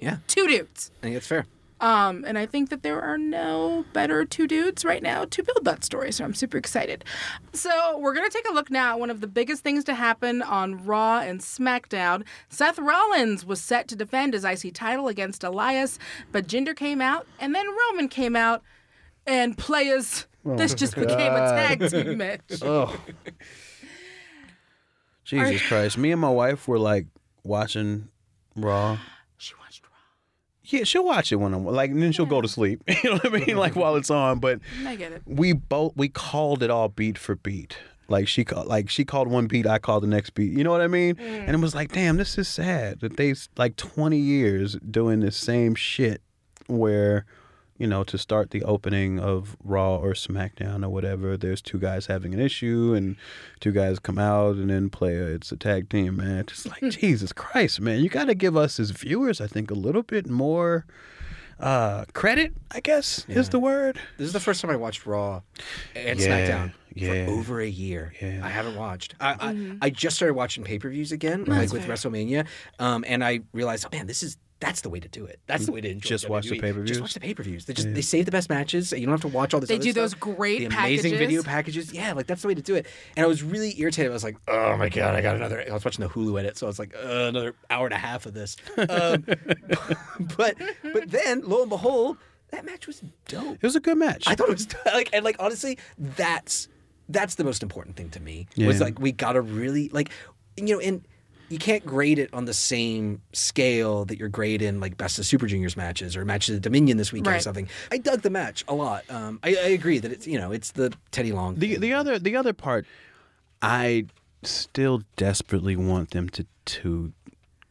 Speaker 4: Yeah.
Speaker 2: Two dudes.
Speaker 4: I think that's fair.
Speaker 2: Um, and I think that there are no better two dudes right now to build that story. So I'm super excited. So we're going to take a look now at one of the biggest things to happen on Raw and SmackDown. Seth Rollins was set to defend his IC title against Elias, but Jinder came out, and then Roman came out, and players.
Speaker 1: Oh
Speaker 2: this just became a tag team match.
Speaker 1: Jesus Christ. Me and my wife were like watching Raw.
Speaker 2: She watched Raw.
Speaker 1: Yeah, she'll watch it when I'm like, and then she'll go to sleep. You know what I mean? Like while it's on, but
Speaker 2: I get it.
Speaker 1: we both we called it all beat for beat. Like she ca- like she called one beat, I called the next beat. You know what I mean? And it was like, damn, this is sad that they s- like twenty years doing the same shit where you know, to start the opening of Raw or SmackDown or whatever, there's two guys having an issue and two guys come out and then play a, it's a tag team match. It's like, Jesus Christ, man, you got to give us as viewers, I think, a little bit more uh, credit, I guess is the word.
Speaker 4: This is the first time I watched Raw and
Speaker 1: Yeah,
Speaker 4: SmackDown
Speaker 1: yeah.
Speaker 4: for over a year. I haven't watched. I,
Speaker 2: Mm-hmm.
Speaker 4: I, I just started watching pay per views again, like with WrestleMania, um, and I realized, oh, man, this is that's the way to do it. That's the way to enjoy
Speaker 1: Just watch the
Speaker 4: WWE.
Speaker 1: pay-per-views?
Speaker 4: Just watch the pay per views. They just they save the best matches. so You don't have to watch all this.
Speaker 2: They
Speaker 4: other
Speaker 2: do those
Speaker 4: stuff.
Speaker 2: great
Speaker 4: the amazing
Speaker 2: packages.
Speaker 4: video packages. Yeah, like that's the way to do it. And I was really irritated. I was like, oh my god, I got another. I was watching the Hulu edit, so I was like, uh, another hour and a half of this. Um, but but then lo and behold, that match was dope.
Speaker 1: It was a good match.
Speaker 4: I thought it was like and like honestly, that's that's the most important thing to me. Was
Speaker 1: Yeah.
Speaker 4: like we gotta really like you know, and you can't grade it on the same scale that you're grading like best of Super Juniors matches or matches of Dominion this weekend or
Speaker 2: Right.
Speaker 4: something. I dug the match a lot. Um, I, I agree that it's you know it's the Teddy Long.
Speaker 1: The the other the other part, I still desperately want them to to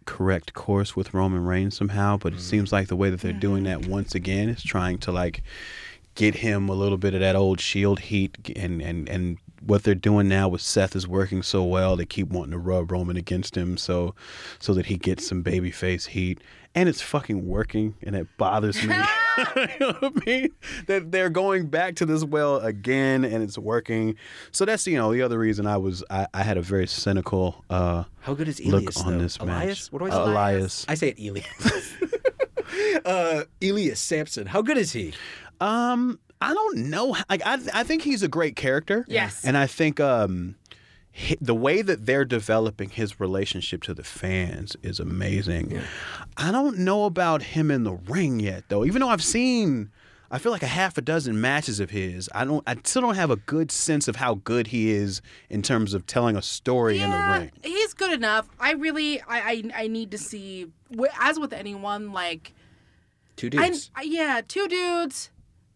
Speaker 1: correct course with Roman Reigns somehow, but it seems like the way that they're doing that once again is trying to like get him a little bit of that old Shield heat, and and and what they're doing now with Seth is working so well. They keep wanting to rub Roman against him so so that he gets some babyface heat, and it's fucking working, and it bothers me. you know what I mean? That they're going back to this well again, and it's working. So that's you know the other reason I was I, I had a very cynical uh,
Speaker 4: How good is Elias?
Speaker 1: look on
Speaker 4: though?
Speaker 1: this match.
Speaker 4: Elias? What do I say?
Speaker 1: Uh, Elias.
Speaker 4: I say it Elias. uh, Elias Sampson. How good is he?
Speaker 1: Um, I don't know. Like, I I think he's a great character.
Speaker 2: Yes.
Speaker 1: and I think um, hi the way that they're developing his relationship to the fans is amazing. I don't know about him in the ring yet, though. Even though I've seen. I feel like a half a dozen matches of his. I don't. I still don't have a good sense of how good he is in terms of telling a story in the ring.
Speaker 2: He's good enough. I really, I, I, I need to see. wi- As with anyone, like,
Speaker 4: Two
Speaker 2: I,
Speaker 4: dudes.
Speaker 2: I- uh, yeah, two dudes,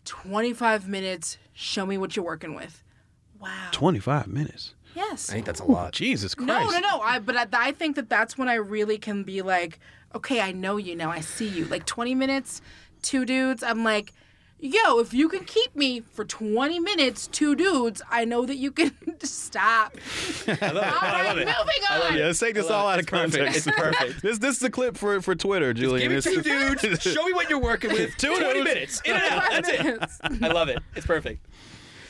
Speaker 2: twenty five minutes. Show me what you're working with. Wow.
Speaker 1: Twenty-five minutes.
Speaker 2: Yes.
Speaker 4: I think that's a lot.
Speaker 1: Jesus Christ.
Speaker 2: no, no, no. I but I, I think that that's when I really can be like, okay, I know you now. I see you. Like twenty minutes, two dudes. I'm like. Yo, if you can keep me for 20 minutes, two dudes, I know that you can stop. All right, moving on.
Speaker 1: Yeah, let's take this all out of context. It's perfect. this this is a clip for for Twitter, Julian.
Speaker 4: Give me
Speaker 1: It's-
Speaker 4: two dudes. Show me what you're working with. Two 20 minutes. In and out. That's it. I love it. It's perfect.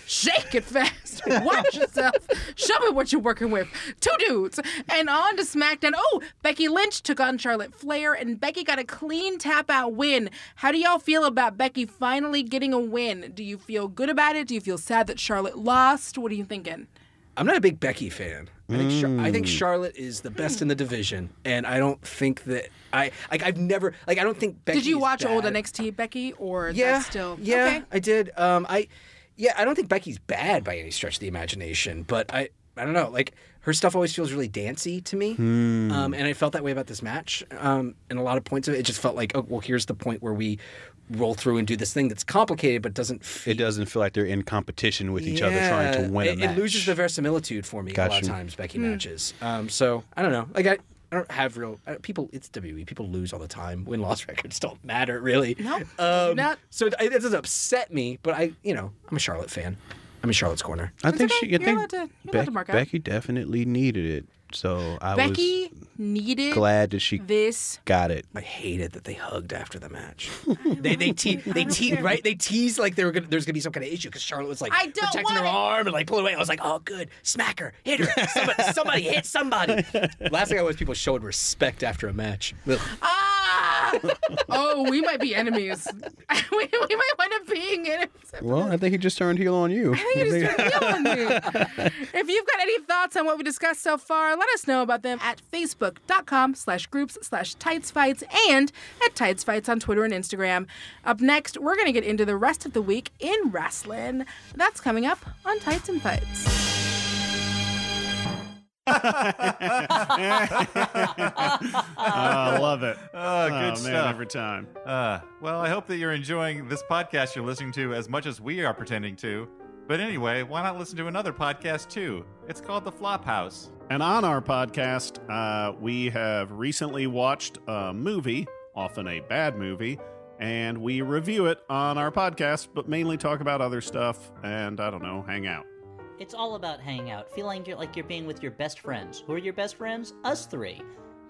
Speaker 2: Shake it fast. Watch yourself. Show me what you're working with. Two dudes. And on to SmackDown. Oh, Becky Lynch took on Charlotte Flair, and Becky got a clean tap out win. How do y'all feel about Becky finally getting a win? Do you feel good about it? Do you feel sad that Charlotte lost? What are you thinking?
Speaker 4: I'm not a big Becky fan. I think, Char- I think Charlotte is the best in the division, and I don't think that I like. I've never like. I don't think Becky.
Speaker 2: Did you
Speaker 4: is
Speaker 2: watch
Speaker 4: bad.
Speaker 2: old NXT, Becky, or is
Speaker 4: Yeah,
Speaker 2: that still?
Speaker 4: yeah,
Speaker 2: Okay.
Speaker 4: I did. Um, I yeah, I don't think Becky's bad by any stretch of the imagination, but I I don't know. Like her stuff always feels really dancey to me, um, and I felt that way about this match. Um, and a lot of points of it, it just felt like, oh, well, here's the point where we roll through and do this thing that's complicated but doesn't fit.
Speaker 1: it doesn't feel like they're in competition with each other trying to win
Speaker 4: it,
Speaker 1: a match.
Speaker 4: It loses the verisimilitude for me a lot
Speaker 1: Gotcha.
Speaker 4: of times. Becky matches. Um, so I don't know. Like I, I don't have real I, people. It's WWE. People lose all the time. Win loss records don't matter really.
Speaker 2: No,
Speaker 4: Um,
Speaker 2: not-
Speaker 4: So it, it doesn't upset me. But I, you know, I'm a Charlotte fan. I'm in Charlotte's corner.
Speaker 1: I think
Speaker 2: okay.
Speaker 1: she. I
Speaker 2: You're
Speaker 1: think
Speaker 2: allowed to- you're allowed
Speaker 1: Beck-
Speaker 2: to mark out.
Speaker 1: Becky definitely needed it, so I
Speaker 2: Becky needed
Speaker 1: was glad that she
Speaker 2: this.
Speaker 1: got it.
Speaker 4: I hated that they hugged after the match. they they te- they te- right they teased like they were gonna, there's gonna be some kind of issue because Charlotte was like
Speaker 2: I don't
Speaker 4: protecting her
Speaker 2: want it.
Speaker 4: arm and like pulling away. I was like, oh good, smack her, hit her, somebody, somebody hit somebody. Last thing I was people showed respect after a match. Ugh.
Speaker 2: Ah! oh, we might be enemies. we, we might wind up being enemies.
Speaker 1: Well, I think he just turned heel on you.
Speaker 2: You just turned heel on me. If you've got any thoughts on what we discussed so far, let us know about them at facebook.com slash groups slash tightsfights and at tightsfights on Twitter and Instagram. Up next, we're going to get into the rest of the week in wrestling. That's coming up on Tights and Fights.
Speaker 6: I love it.
Speaker 7: Oh, good
Speaker 6: man,
Speaker 7: stuff.
Speaker 6: every time.
Speaker 7: Uh, well, I hope that you're enjoying this podcast you're listening to as much as we are pretending to. But anyway, why not listen to another podcast too? It's called The Flop House.
Speaker 6: And on our podcast, uh, we have recently watched a movie, often a bad movie, and we review it on our podcast, but mainly talk about other stuff and I don't know, hang out.
Speaker 8: It's all about hanging out, feeling you're, like you're being with your best friends. Who are your best friends? Us three.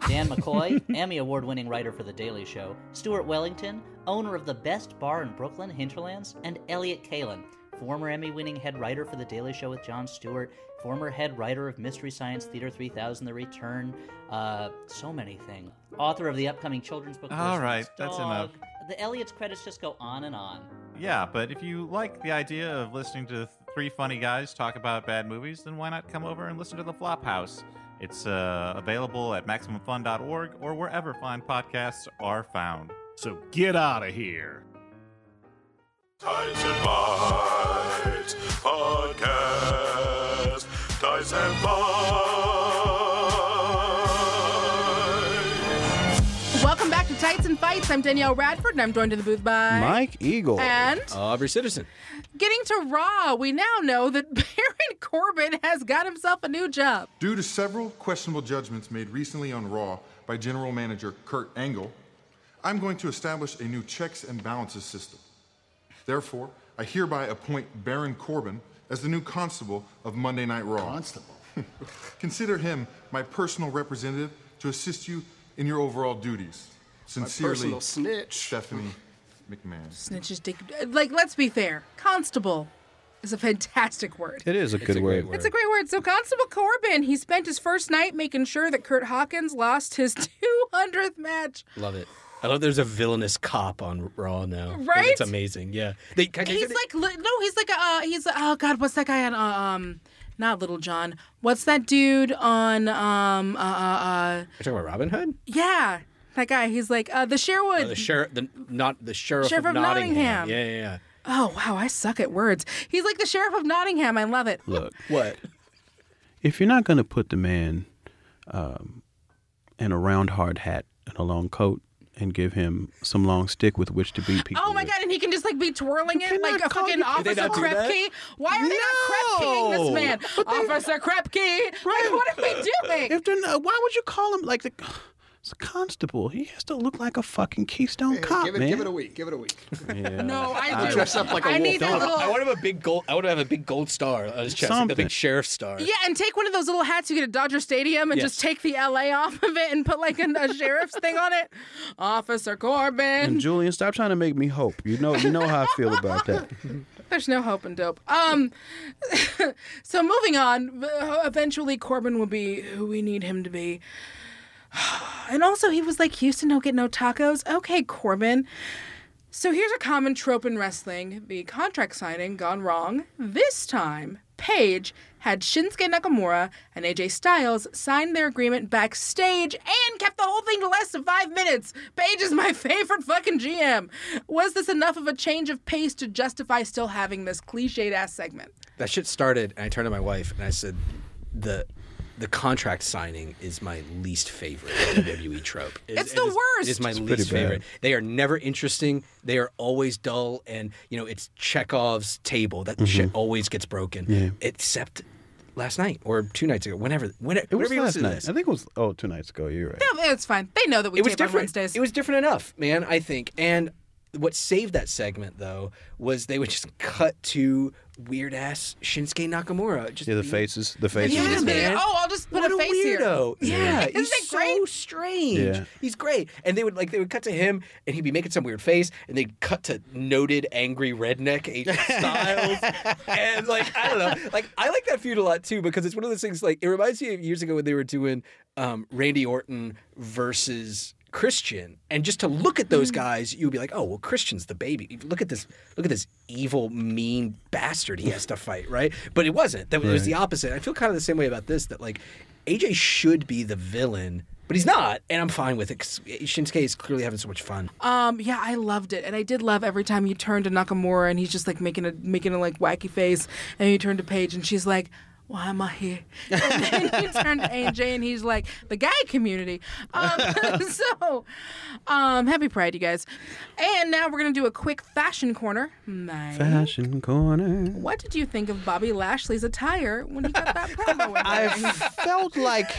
Speaker 8: Dan McCoy, Emmy Award winning writer for The Daily Show, Stuart Wellington, owner of the best bar in Brooklyn, Hinterlands, and Elliot Kalin, former Emmy winning head writer for The Daily Show with Jon Stewart, former head writer of Mystery Science Theater 3000 The Return, uh, so many things. Author of the upcoming children's book.
Speaker 7: All
Speaker 8: Horseman's
Speaker 7: right, that's
Speaker 8: Dog.
Speaker 7: enough.
Speaker 8: The Elliot's credits just go on and on.
Speaker 7: Yeah, but if you like the idea of listening to three funny guys talk about bad movies, then why not come over and listen to The Flophouse? It's uh, available at MaximumFun.org or wherever fine podcasts are found.
Speaker 6: So get out of here.
Speaker 3: Tights and Bites Podcast. Tights and Bites.
Speaker 2: Welcome back to Tights and Fights. I'm Danielle Radford, and I'm joined in the booth by
Speaker 1: Mike Eagle.
Speaker 2: and
Speaker 4: Aubrey Citizen.
Speaker 2: getting to Raw. We now know that Baron Corbin has got himself a new job.
Speaker 9: Due to several questionable judgments made recently on Raw by general manager Kurt Angle, I'm going to establish a new checks and balances system. Therefore, I hereby appoint Baron Corbin as the new constable of Monday Night Raw. Constable? Consider him my personal representative to assist you in your overall duties. Sincerely,
Speaker 10: personal snitch.
Speaker 9: Stephanie McMahon.
Speaker 2: Snitches dig. Like, let's be fair. Constable is a fantastic word.
Speaker 1: it is a good word.
Speaker 2: It's a great word. So, Constable Corbin, he spent his first night making sure that Kurt Hawkins lost his 200th match.
Speaker 4: Love it. I love there's a villainous cop on Raw now.
Speaker 2: Right?
Speaker 4: It's amazing. Yeah. They, can,
Speaker 2: He's like, li- no, he's like, a, uh, he's, a, oh God, what's that guy on, uh, um, not Little John. What's that dude on, um, uh, uh, uh,
Speaker 4: You're talking about Robin Hood?
Speaker 2: yeah, that guy. He's like, uh, the Sherwood.
Speaker 1: Oh,
Speaker 4: the sheriff, the, not the sheriff,
Speaker 2: Sheriff
Speaker 4: of,
Speaker 2: of Nottingham.
Speaker 4: Nottingham. Yeah, yeah, yeah.
Speaker 2: oh, wow, I suck at words. He's like the Sheriff of Nottingham. I love it.
Speaker 1: Look,
Speaker 4: What?
Speaker 1: if you're not going to put the man um, in a round hard hat and a long coat and give him some long stick with which to beat people,
Speaker 2: Oh my
Speaker 1: with,
Speaker 2: god, and he can just like be twirling it
Speaker 1: cannot
Speaker 2: like a
Speaker 1: call-
Speaker 2: fucking
Speaker 1: you can't-
Speaker 4: Did they
Speaker 2: officer
Speaker 4: not do that?
Speaker 2: Krepke. Why are they not Krepkeing this
Speaker 1: No.
Speaker 2: man? Officer Krepke! Like, what are we doing?
Speaker 1: If they're not, why would you call him like the? It's a constable. He has to look like a fucking Keystone cop,
Speaker 10: give it,
Speaker 1: man.
Speaker 10: give it a week. Give it a week.
Speaker 2: No, I do.
Speaker 10: dress up like a
Speaker 2: I
Speaker 10: wolf.
Speaker 2: need that
Speaker 10: Don't-
Speaker 2: little.
Speaker 4: I want him a big gold. I want to have a big gold star on his chest, like the
Speaker 1: Something.
Speaker 4: big sheriff star.
Speaker 2: yeah, and take one of those little hats you get at Dodger Stadium and
Speaker 4: Yes.
Speaker 2: just take the LA off of it and put like a, a sheriff's thing on it. Officer Corbin.
Speaker 1: And Julian, stop trying to make me hope. You know, you know how I feel about that.
Speaker 2: There's no hope and dope. Um, so moving on. Eventually, Corbin will be who we need him to be. And also, he was like, Houston don't get no tacos. Okay, Corbin. So here's a common trope in wrestling the contract signing gone wrong. This time, Paige had Shinsuke Nakamura and AJ Styles sign their agreement backstage and kept the whole thing to less than five minutes. Paige is my favorite fucking GM. Was this enough of a change of pace to justify still having this cliched ass segment?
Speaker 4: That shit started, and I turned to my wife and I said, "the the contract signing is my least favorite WWE trope. It-
Speaker 2: It's
Speaker 4: it
Speaker 2: the
Speaker 4: is-
Speaker 2: worst.
Speaker 4: It is my
Speaker 1: pretty
Speaker 4: least
Speaker 1: bad.
Speaker 4: favorite. They are never interesting. They are always dull, and you know it's Chekhov's table. That
Speaker 1: Mm-hmm.
Speaker 4: shit always gets broken. Except last night or two nights ago, whenever, whenever,
Speaker 1: It was
Speaker 4: whenever you
Speaker 1: last
Speaker 4: listen to
Speaker 1: night.
Speaker 4: this.
Speaker 1: I think it was oh two nights ago. You're right.
Speaker 2: No, it's fine. They know that we
Speaker 4: it was
Speaker 2: tape on
Speaker 4: different.
Speaker 2: Wednesdays.
Speaker 4: It was different enough, man. I think. And what saved that segment though was they would just cut to weird ass Shinsuke Nakamura. Just
Speaker 1: Yeah, the
Speaker 4: being-
Speaker 1: faces, the
Speaker 2: And
Speaker 1: faces.
Speaker 2: he would
Speaker 4: Yeah,
Speaker 2: just be like,
Speaker 4: man.
Speaker 2: oh, I'll just put
Speaker 4: what
Speaker 2: a face here.
Speaker 4: weirdo. Yeah,
Speaker 2: Isn't
Speaker 4: he's
Speaker 2: that
Speaker 4: so
Speaker 2: great?
Speaker 4: strange.
Speaker 1: Yeah.
Speaker 4: He's great. And they would like they would cut to him, and he'd be making some weird face, and they'd cut to noted angry redneck AJ Styles, and like I don't know, like I like that feud a lot too because it's one of those things. Like it reminds me of years ago when they were doing um, Randy Orton versus. Christian, and just to look at
Speaker 1: Hmm.
Speaker 4: those guys, you'd be like, "Oh, well, Christian's the baby. Look at this, look at this evil, mean bastard he has to fight, right?" But it wasn't. That it was the opposite. I feel kind of the same way about this. That like AJ should be the villain, but he's not, and I'm fine with it. 'cause Shinsuke is clearly having so much fun.
Speaker 2: Um, yeah, I loved it, and I did love every time you turned to Nakamura and he's just like making a making a like wacky face, and you turn to Paige and she's like, "Why am I here?" And then you turn to AJ and he's like, "The gay community." Um, so, um, happy Pride, you guys! And now we're gonna do a quick fashion corner. Mike,
Speaker 1: Fashion corner.
Speaker 2: What did you think of Bobby Lashley's attire when he got that promo? in there?
Speaker 1: I felt like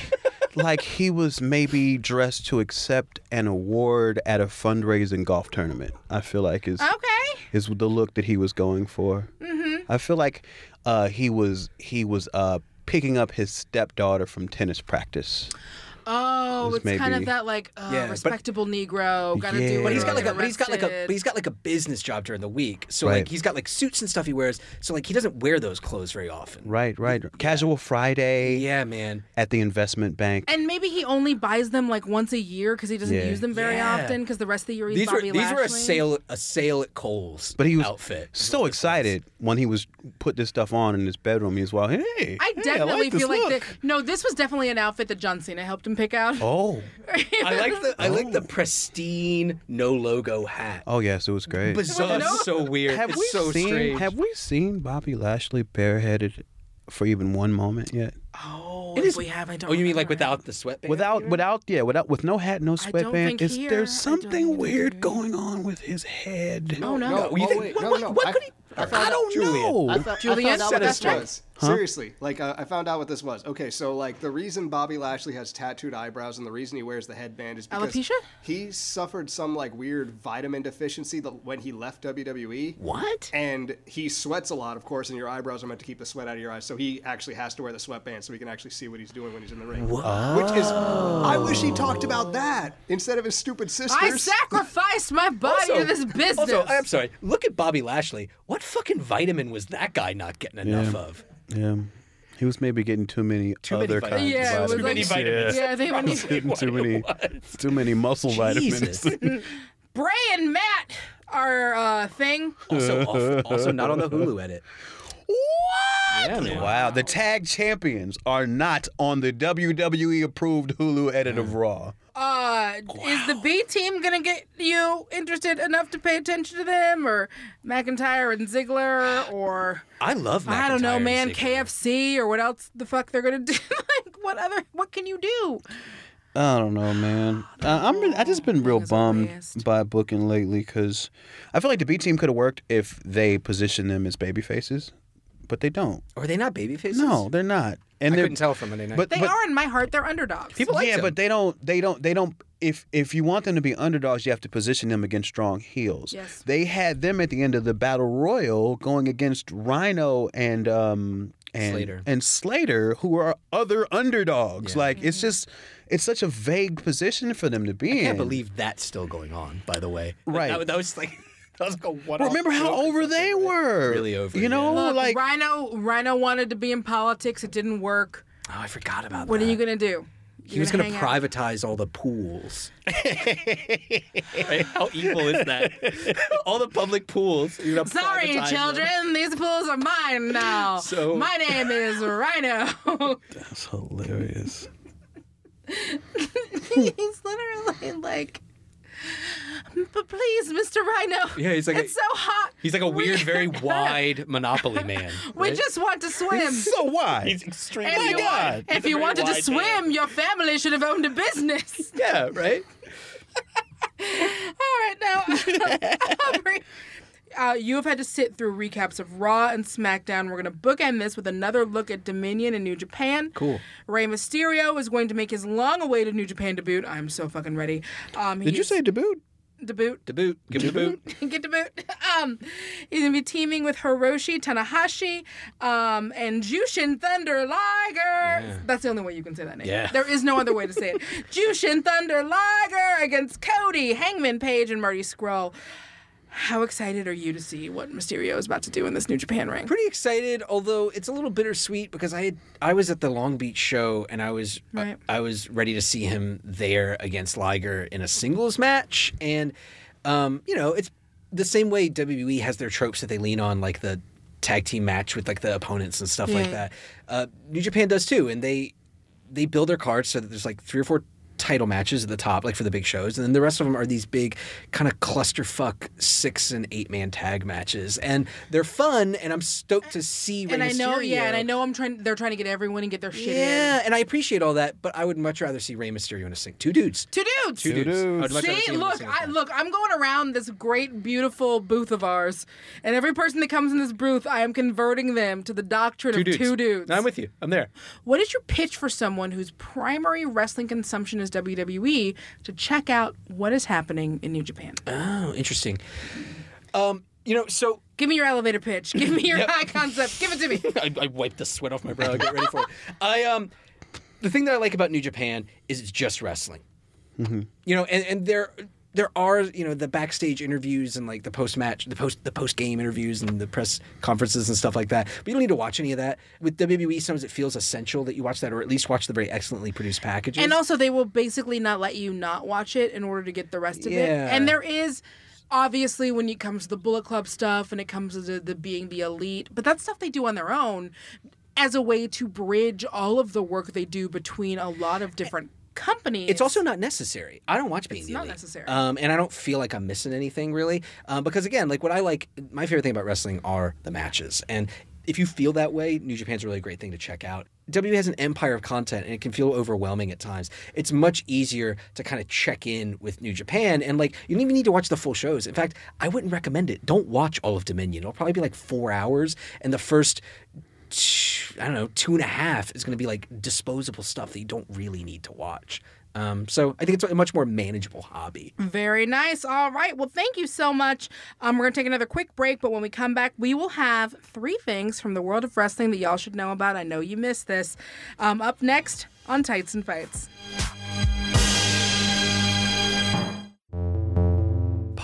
Speaker 1: like he was maybe dressed to accept an award at a fundraising golf tournament. I feel like is
Speaker 2: Okay.
Speaker 1: is the look that he was going for. Mm-hmm. I feel like uh, he was he was uh, picking up his stepdaughter from tennis practice.
Speaker 2: Oh,
Speaker 1: This
Speaker 2: it's
Speaker 1: may
Speaker 2: kind
Speaker 1: be-
Speaker 2: of that like uh,
Speaker 4: Yeah, but-
Speaker 2: respectable Negro. Gotta
Speaker 1: Yeah.
Speaker 2: do.
Speaker 4: But he's
Speaker 2: it
Speaker 4: got
Speaker 2: or
Speaker 4: like a
Speaker 2: get
Speaker 4: but he's got like a
Speaker 2: arrested.
Speaker 4: but he's got like a business job during the week. So
Speaker 1: Right.
Speaker 4: like he's got like suits and stuff he wears. So like he doesn't wear those clothes very often.
Speaker 1: Right, right. Casual Friday
Speaker 4: Yeah, man.
Speaker 1: at the investment bank.
Speaker 2: and maybe he only buys them like once a year because he doesn't
Speaker 1: Yeah.
Speaker 2: use them very
Speaker 4: Yeah.
Speaker 2: often because the rest of the year he's
Speaker 4: These were
Speaker 2: Bobby
Speaker 4: these were a
Speaker 2: Lashley.
Speaker 4: sale a sale at Kohl's
Speaker 1: but he was
Speaker 4: outfit. is
Speaker 1: so
Speaker 4: what this was.
Speaker 1: excited when he was put this stuff on in his bedroom. He was like, "Hey,
Speaker 2: I
Speaker 1: hey,
Speaker 2: definitely
Speaker 1: like this
Speaker 2: feel like
Speaker 1: look.
Speaker 2: that. No, this was definitely an outfit that John Cena helped him pick out.
Speaker 1: Oh,
Speaker 4: I like the I like the pristine no logo hat.
Speaker 1: oh yes, it was great.
Speaker 4: Bizarre,
Speaker 2: no-
Speaker 4: so weird.
Speaker 1: have
Speaker 4: it's
Speaker 1: we
Speaker 4: so
Speaker 1: seen
Speaker 4: strange.
Speaker 1: Have we seen Bobby Lashley bareheaded for even one moment yet?
Speaker 4: oh,
Speaker 2: If we have, I don't.
Speaker 4: oh, you mean like
Speaker 2: remember.
Speaker 4: without the sweatband? Oh,
Speaker 1: Without, without, yeah, without, with no hat, no
Speaker 2: don't
Speaker 1: sweatband.
Speaker 2: think
Speaker 1: It's,
Speaker 2: here.
Speaker 1: there's
Speaker 2: I don't
Speaker 1: something
Speaker 2: either,
Speaker 1: weird
Speaker 2: dude.
Speaker 1: going on with his head.
Speaker 2: Oh no.
Speaker 4: No, you
Speaker 10: oh,
Speaker 4: think
Speaker 10: wait,
Speaker 4: what,
Speaker 10: no,
Speaker 4: what,
Speaker 10: no,
Speaker 4: what
Speaker 10: I-
Speaker 4: could he?
Speaker 10: I found
Speaker 1: I
Speaker 10: out-
Speaker 1: don't
Speaker 4: Julian,
Speaker 1: know.
Speaker 10: I, fo- I
Speaker 2: Julian,
Speaker 10: found out what
Speaker 2: that's
Speaker 10: this
Speaker 2: right.
Speaker 10: was. Seriously, like uh, I found out what this was. Okay, so like the reason Bobby Lashley has tattooed eyebrows and the reason he wears the headband is because
Speaker 2: Alopecia?
Speaker 10: he suffered some like weird vitamin deficiency that when he left WWE.
Speaker 4: What?
Speaker 10: And he sweats a lot, of course, and your eyebrows are meant to keep the sweat out of your eyes. So he actually has to wear the sweatband so he can actually see what he's doing when he's in the ring. Which is, I wish he talked about that instead of his stupid sisters.
Speaker 2: I sacrificed my body to this business.
Speaker 4: Also, I'm sorry. Look at Bobby Lashley. What fucking vitamin was that guy not getting enough of?
Speaker 1: Yeah, he was maybe getting too many
Speaker 4: Too many
Speaker 1: other kinds
Speaker 4: vitamins.
Speaker 2: yeah, it
Speaker 1: of
Speaker 2: was
Speaker 1: vitamins.
Speaker 2: like,
Speaker 1: Yeah.
Speaker 2: yeah, they were
Speaker 1: Getting too many, too many muscle
Speaker 4: Jesus.
Speaker 1: vitamins.
Speaker 2: Bray and Matt are uh, thing.
Speaker 4: also, off, also not on the Hulu edit.
Speaker 1: What?
Speaker 4: Yeah, man.
Speaker 1: Wow, the tag champions are not on the WWE approved Hulu edit
Speaker 2: Mm.
Speaker 1: of Raw.
Speaker 2: Uh, Is the B team gonna get you interested enough to pay attention to them, or McIntyre and Ziggler, or
Speaker 4: I love. McIntyre
Speaker 2: I don't know,
Speaker 4: and
Speaker 2: man,
Speaker 4: Ziggler.
Speaker 2: KFC, or what else the fuck they're gonna do? like, what other? What can you do?
Speaker 1: I don't know, man. Uh, I'm re- I just been real
Speaker 2: Niggas are
Speaker 1: bummed
Speaker 2: biased.
Speaker 1: by booking lately because I feel like the B team could have worked if they positioned them as baby faces, but they don't.
Speaker 4: Are they not baby faces?
Speaker 1: No, they're not. And
Speaker 4: I
Speaker 1: they're,
Speaker 4: couldn't tell from Monday night.
Speaker 1: But
Speaker 2: They
Speaker 1: but,
Speaker 2: are in my heart. They're underdogs.
Speaker 4: People liked
Speaker 1: yeah,
Speaker 4: him.
Speaker 1: but they don't. They don't. They don't. If if you want them to be underdogs, you have to position them against strong heels.
Speaker 2: Yes.
Speaker 1: They had them at the end of the battle royal going against Rhino and um and
Speaker 4: Slater.
Speaker 1: and Slater, who are other underdogs. Like it's
Speaker 2: Mm-hmm.
Speaker 1: just it's such a vague position for them to be in.
Speaker 4: I can't believe that's still going on. By the way, Like,
Speaker 1: Right.
Speaker 4: That, that was like that was like a one.
Speaker 1: Remember how over they were?
Speaker 4: Really over,
Speaker 1: You know,
Speaker 2: Look,
Speaker 1: like
Speaker 2: Rhino. Rhino wanted to be in politics. It didn't work.
Speaker 4: Oh, I forgot about
Speaker 2: What
Speaker 4: that.
Speaker 2: are you gonna do?
Speaker 4: He was going to
Speaker 2: private.
Speaker 4: privatize all the pools. Right? How evil is that? all the public pools. you're gonna
Speaker 2: Sorry,
Speaker 4: privatize them.
Speaker 2: children. These pools are mine now.
Speaker 4: So-
Speaker 2: My name is Rhino.
Speaker 1: it's hilarious.
Speaker 2: He's literally like, but please, Mr. Rhino.
Speaker 4: Yeah, he's like a-
Speaker 2: it's so hot.
Speaker 4: He's like a
Speaker 2: We-
Speaker 4: weird, very wide Monopoly man.
Speaker 2: We
Speaker 4: right?
Speaker 2: just want to swim.
Speaker 1: So why?
Speaker 4: He's extremely
Speaker 2: if you,
Speaker 4: wide.
Speaker 2: if you wanted to swim, your family should have owned a business.
Speaker 4: Yeah, right?
Speaker 2: All right, now, Aubrey, uh, you have had to sit through recaps of Raw and SmackDown. We're going to bookend this with another look at Dominion and New Japan. Cool. Rey Mysterio is going to make his long-awaited New Japan debut. I'm so fucking ready. Um,
Speaker 1: Did you say debut?
Speaker 2: debut?
Speaker 4: The boot. Give him the boot.
Speaker 2: Get to boot. Um, he's going to be teaming with Hiroshi Tanahashi um, and Jushin Thunder Liger. That's the only way you can say that name.
Speaker 4: Yeah.
Speaker 2: There is no other way to say it. Jushin Thunder Liger against Cody, Hangman Page, and Marty Skrull. How excited are you to see what Mysterio is about to do in this New Japan ring?
Speaker 4: pretty excited, although it's a little bittersweet because I had, I was at the Long Beach show and I was uh,
Speaker 2: Right.
Speaker 4: I, I was ready to see him there against Liger in a singles match, and um, you know it's the same way WWE has their tropes that they lean on, like the tag team match with like the opponents and stuff like
Speaker 2: Yeah.
Speaker 4: that. Uh, New Japan does too, and they they build their cards so that there's like three or four title matches at the top, like for the big shows, and then the rest of them are these big kind of clusterfuck six and eight man tag matches, and they're fun, and I'm stoked to see. Rey
Speaker 2: And I know, yeah, and I
Speaker 4: Mysterio.
Speaker 2: know I'm trying. They're trying to get everyone and get their shit in.
Speaker 4: Yeah, and I appreciate all that, but I would much rather see Rey Mysterio in a sing. Two dudes.
Speaker 2: Two dudes.
Speaker 4: Two dudes. I would much rather
Speaker 2: See,
Speaker 4: him in a
Speaker 2: look,
Speaker 4: singles
Speaker 2: I,
Speaker 4: match.
Speaker 2: look, I'm going around this great, beautiful booth of ours, and every person that comes in this booth, I am converting them to the doctrine of two dudes.
Speaker 4: No, I'm with you. I'm there.
Speaker 2: What is your pitch for someone whose primary wrestling consumption is WWE to check out what is happening in New Japan?
Speaker 4: Oh, interesting. Um, you know, so
Speaker 2: Give me your elevator pitch. Give me your high concept. Give it to me.
Speaker 4: I, I wiped the sweat off my brow. I Get ready for it. I um, the thing that I like about New Japan is it's just wrestling. You know, and, and there there are you know the backstage interviews and like the post match, the post the post game interviews and the press conferences and stuff like that. But you don't need to watch any of that with WWE. Sometimes it feels essential that you watch that, or at least watch the very excellently produced packages.
Speaker 2: And also, they will basically not let you not watch it in order to get the rest of
Speaker 4: Yeah.
Speaker 2: it. And there is, obviously, when it comes to the Bullet Club stuff and it comes to the, the being the elite, but that's stuff they do on their own as a way to bridge all of the work they do between a lot of different companies.
Speaker 4: It's also not necessary. I don't watch being
Speaker 2: It's
Speaker 4: the
Speaker 2: not
Speaker 4: Elite.
Speaker 2: necessary.
Speaker 4: Um, and I don't feel like I'm missing anything really, um, because again, like what I like, my favorite thing about wrestling are the matches. And if you feel that way, New Japan's a really great thing to check out. WWE has an empire of content, and it can feel overwhelming at times. It's much easier to kind of check in with New Japan, and like you don't even need to watch the full shows. In fact, I wouldn't recommend it. Don't watch all of Dominion. It'll probably be like four hours, and the first t- I don't know, two and a half is going to be like disposable stuff that you don't really need to watch. Um, so I think it's a much more manageable hobby.
Speaker 2: Very nice. All right. Well, thank you so much. Um, we're going to take another quick break, but when we come back, we will have three things from the world of wrestling that y'all should know about. I know you missed this. Um, up next on Tights and Fights.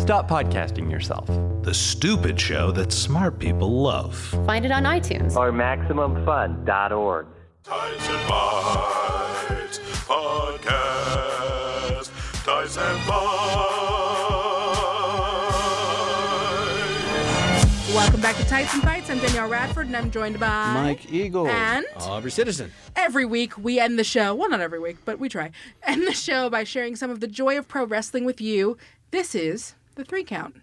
Speaker 11: Stop Podcasting Yourself. The stupid show that smart people love.
Speaker 12: Find it on iTunes.
Speaker 11: Or MaximumFun.org.
Speaker 3: Tights and Bites Podcast. Tights and Bites.
Speaker 2: Welcome back to Tights and Fights. I'm Danielle Radford, and I'm joined by
Speaker 1: Mike Oh. Eagle.
Speaker 2: And
Speaker 4: Aubrey Citizen.
Speaker 2: every week we end the show. Well, not every week, but we try. End the show by sharing some of the joy of pro wrestling with you. This is the three count.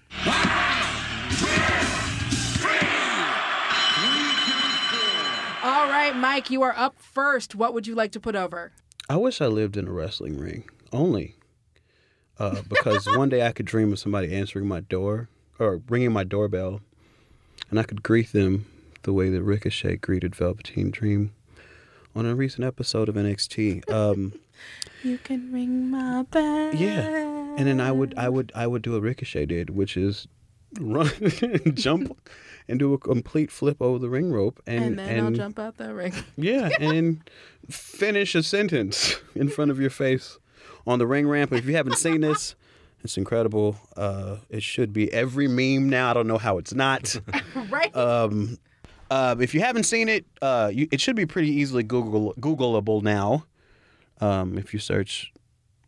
Speaker 2: All right, Mike, you are up first. What would you like to put over?
Speaker 1: I wish I lived in a wrestling ring only uh, because one day I could dream of somebody answering my door or ringing my doorbell and I could greet them the way that Ricochet greeted Velveteen Dream on a recent episode of NXT. Um,
Speaker 2: You can ring my bell.
Speaker 1: yeah. And then I would I would I would do what Ricochet did, which is run and jump and do a complete flip over the ring rope and
Speaker 2: And then I'll jump out the ring.
Speaker 1: yeah, and finish a sentence in front of your face on the ring ramp. If you haven't seen this, it's incredible. Uh, it should be every meme now. I don't know how it's not.
Speaker 2: Right?
Speaker 1: Um, uh, if you haven't seen it, uh, you, it should be pretty easily Google Googleable now. Um, if you search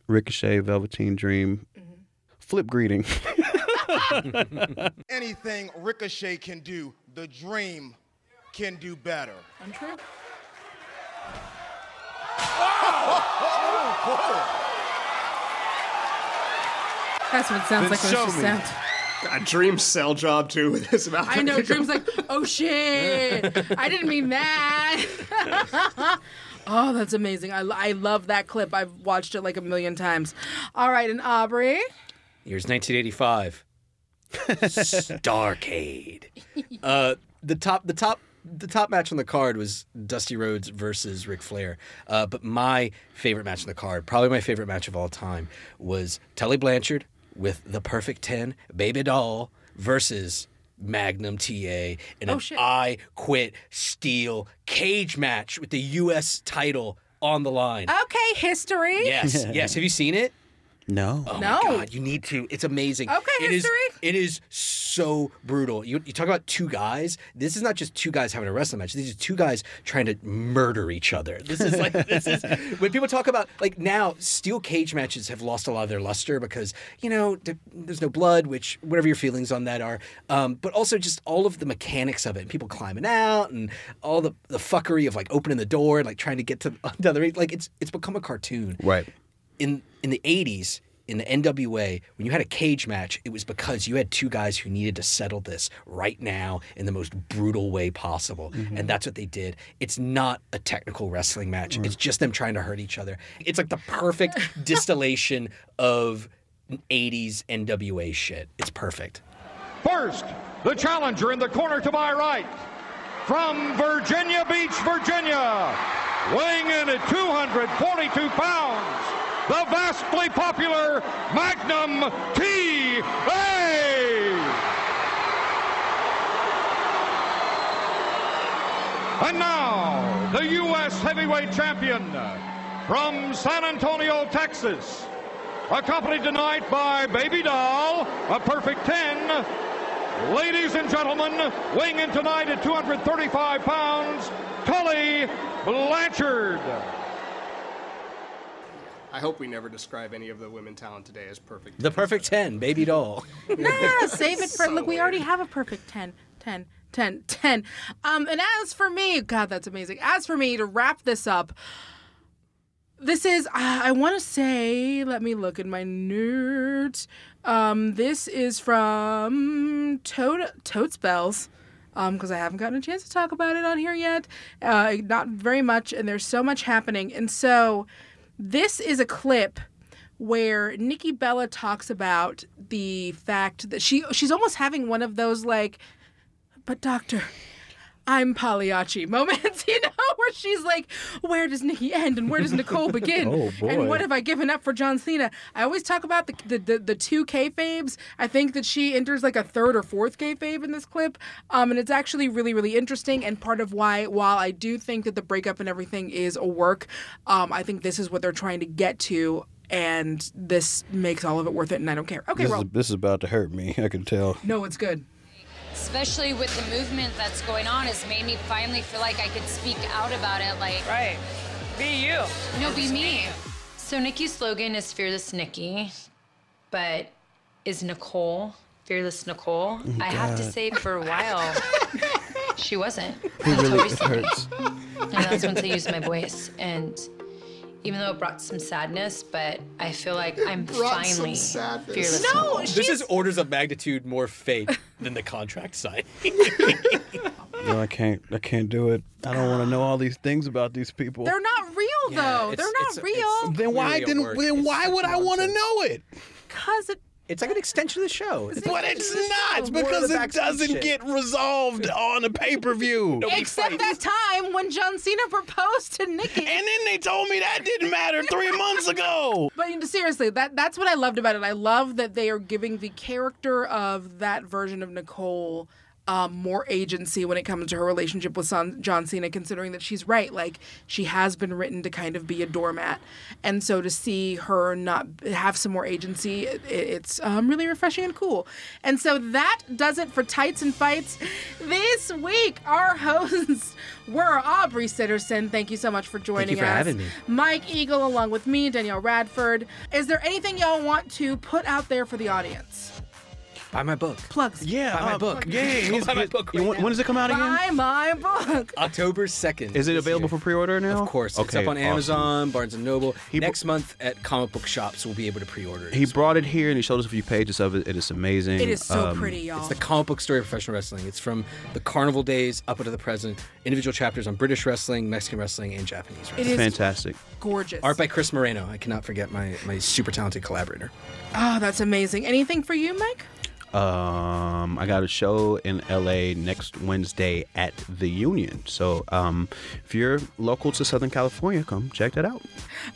Speaker 1: Ricochet Velveteen Dream flip greeting,
Speaker 13: anything Ricochet can do, the dream can do better.
Speaker 2: Untrue. That's what it sounds
Speaker 10: Then
Speaker 2: like when
Speaker 10: show
Speaker 2: it's just
Speaker 10: me.
Speaker 2: sound.
Speaker 10: God, Dream's sell job too with this about.
Speaker 2: I know. Dream's like, oh shit, I didn't mean that. oh, that's amazing. I, I love that clip. I've watched it like a million times. All right, and Aubrey.
Speaker 4: Year's 1985. Starcade. Uh, the top, the top, the top match on the card was Dusty Rhodes versus Ric Flair. Uh, but my favorite match on the card, probably my favorite match of all time, was Tully Blanchard with the Perfect Ten, Baby Doll versus Magnum TA in an
Speaker 2: shit.
Speaker 4: I Quit Steel cage match with the U.S. title on the line.
Speaker 2: Okay, history.
Speaker 4: Yes, yes. Have you seen it?
Speaker 1: no.
Speaker 4: Oh
Speaker 2: No.
Speaker 4: my God, you need to. It's amazing.
Speaker 2: Okay,
Speaker 4: It is-
Speaker 2: history.
Speaker 4: it is so brutal. You, you talk about two guys. This is not just two guys having a wrestling match. These are two guys trying to murder each other. This is like this is when people talk about like now steel cage matches have lost a lot of their luster because you know th- there's no blood, which whatever your feelings on that are, um, but also just all of the mechanics of it and people climbing out and all the the fuckery of like opening the door and like trying to get to the other like it's it's become a cartoon
Speaker 1: Right.
Speaker 4: in in the 80s in the NWA when you had a cage match it was because you had two guys who needed to settle this right now in the most brutal way possible
Speaker 14: Mhm.
Speaker 4: and that's what they did it's not a technical wrestling match it's just them trying to hurt each other it's like the perfect distillation of 80s NWA shit it's perfect
Speaker 15: First, the challenger in the corner to my right. From Virginia Beach, Virginia, weighing in at 242 pounds, the vastly popular Magnum T.A. And now, the U.S. heavyweight champion from San Antonio, Texas, accompanied tonight by Baby Doll, a perfect 10. Ladies and gentlemen, weighing in tonight at 235 pounds, Tully Blanchard.
Speaker 10: I hope we never describe any of the women talent today as perfect.
Speaker 4: the perfect 10 baby doll
Speaker 2: Yeah, save it for look. We already have a perfect 10, 10, 10, 10. Um, and as for me, God, that's amazing. As for me, to wrap this up, this is uh, I, I want to say. Let me look at my nerds. Um, this is from Toad Toad Spells. Um, because I haven't gotten a chance to talk about it on here yet, uh, not very much, and there's so much happening. And so, this is a clip where Nikki Bella talks about the fact that she she's almost having one of those like, but doctor, I'm Pagliacci moments, you know, where she's like, where does Nikki end and where does Nicole begin?
Speaker 16: Oh, boy.
Speaker 2: And what have I given up for John Cena? I always talk about the the, the, the two kayfabes. I think that she enters like a third or fourth kayfabe in this clip, um, and it's actually really really interesting and part of why while I do think that the breakup and everything is a work, um, I think this is what they're trying to get to. And this makes all of it worth it, and I don't care. Okay,
Speaker 1: this,
Speaker 2: well,
Speaker 1: is, this is about to hurt me. I can tell.
Speaker 2: no, it's good.
Speaker 17: especially with the movement that's going on, has made me finally feel like I could speak out about it. Like, right, be you. No, be me. So Nikki's slogan is "Fearless Nikki," but is Nicole fearless Nicole?
Speaker 1: Oh,
Speaker 17: I have to
Speaker 1: God.
Speaker 17: say, for a while, she wasn't.
Speaker 1: It
Speaker 17: until
Speaker 1: really
Speaker 17: recently.
Speaker 1: hurts.
Speaker 17: And that's once I used my voice. And even though it brought some sadness, but I feel like I'm
Speaker 10: brought some
Speaker 17: finally
Speaker 10: sadness.
Speaker 17: fearless. Nicole.
Speaker 4: this is orders of magnitude more fake than the contract sign
Speaker 1: No, I can't. I can't do it. I don't want to know all these things about these people.
Speaker 2: They're not real though. They're not real.
Speaker 1: then why didn't? Then why would I want to know it?
Speaker 2: Cause it.
Speaker 4: It's like an extension of the show.
Speaker 1: But it's not
Speaker 4: War of
Speaker 1: because
Speaker 4: the
Speaker 1: it
Speaker 4: Backstage
Speaker 1: doesn't
Speaker 4: shit.
Speaker 1: get resolved on a pay per view.
Speaker 2: Except that time when John Cena proposed to Nikki. And
Speaker 1: then they told me that didn't matter three months ago.
Speaker 2: But seriously, that that's what I loved about it. I love that they are giving the character of that version of Nicole um, more agency when it comes to her relationship with son, John Cena, considering that she's right. Like she has been written to kind of be a doormat, and so to see her not have some more agency, it, it's um, really refreshing and cool. And so that does it for tights and fights this week. Our hosts were Aubrey Sitterson. Thank you so much for joining
Speaker 16: you for
Speaker 2: us.
Speaker 16: having me.
Speaker 2: Mike Eagle, along with me, Danielle Radford. Is there anything y'all want to put out there for the audience?
Speaker 4: Buy my book.
Speaker 2: Plugs.
Speaker 1: Yeah, um,
Speaker 4: Buy my book.
Speaker 1: Yeah, yeah, yeah.
Speaker 4: Buy my book.
Speaker 1: You
Speaker 4: right
Speaker 1: want-
Speaker 4: now.
Speaker 1: when does it come out again?
Speaker 2: Buy my book.
Speaker 4: October second.
Speaker 1: Is it available for pre-order now? Of
Speaker 4: course. It's up on Amazon, Barnes and Noble. Next month at comic book shops, we'll be able to pre-order it.
Speaker 1: He brought it here and he showed us a few pages of it. It is amazing. Um,
Speaker 4: It's the comic book story of professional wrestling. It's from the carnival days up into the present. Individual chapters on British wrestling, Mexican wrestling, and Japanese
Speaker 2: It
Speaker 4: wrestling.
Speaker 2: is
Speaker 1: fantastic.
Speaker 2: Gorgeous.
Speaker 4: Art by Chris Moreno. I cannot forget my my super talented collaborator.
Speaker 2: Oh, that's amazing. Anything for you, Mike?
Speaker 1: Um, I got a show in LA next Wednesday at the Union. So, um, if you're local to Southern California, come check that out.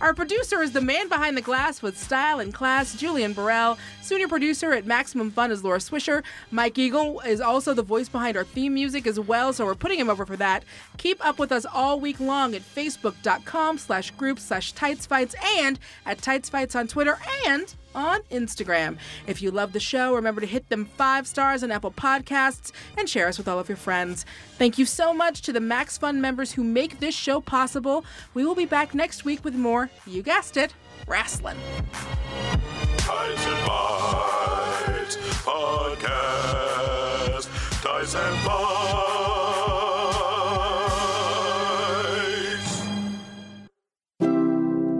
Speaker 2: Our producer is the man behind the glass with style and class, Julian Burrell. Senior producer at Maximum Fun is Laura Swisher. Mike Eagle is also the voice behind our theme music as well, so we're putting him over for that. Keep up with us all week long at facebook.com slash group slash tights fights and at tights fights on Twitter and on Instagram. If you love the show, remember to hit them five stars on Apple Podcasts and share us with all of your friends. Thank you so much to the Max Fund members who make this show possible. We will be back next week with more, you guessed it, wrestling.
Speaker 3: Tights and Bites Podcast. Tights and Bites.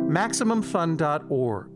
Speaker 14: MaximumFun.org.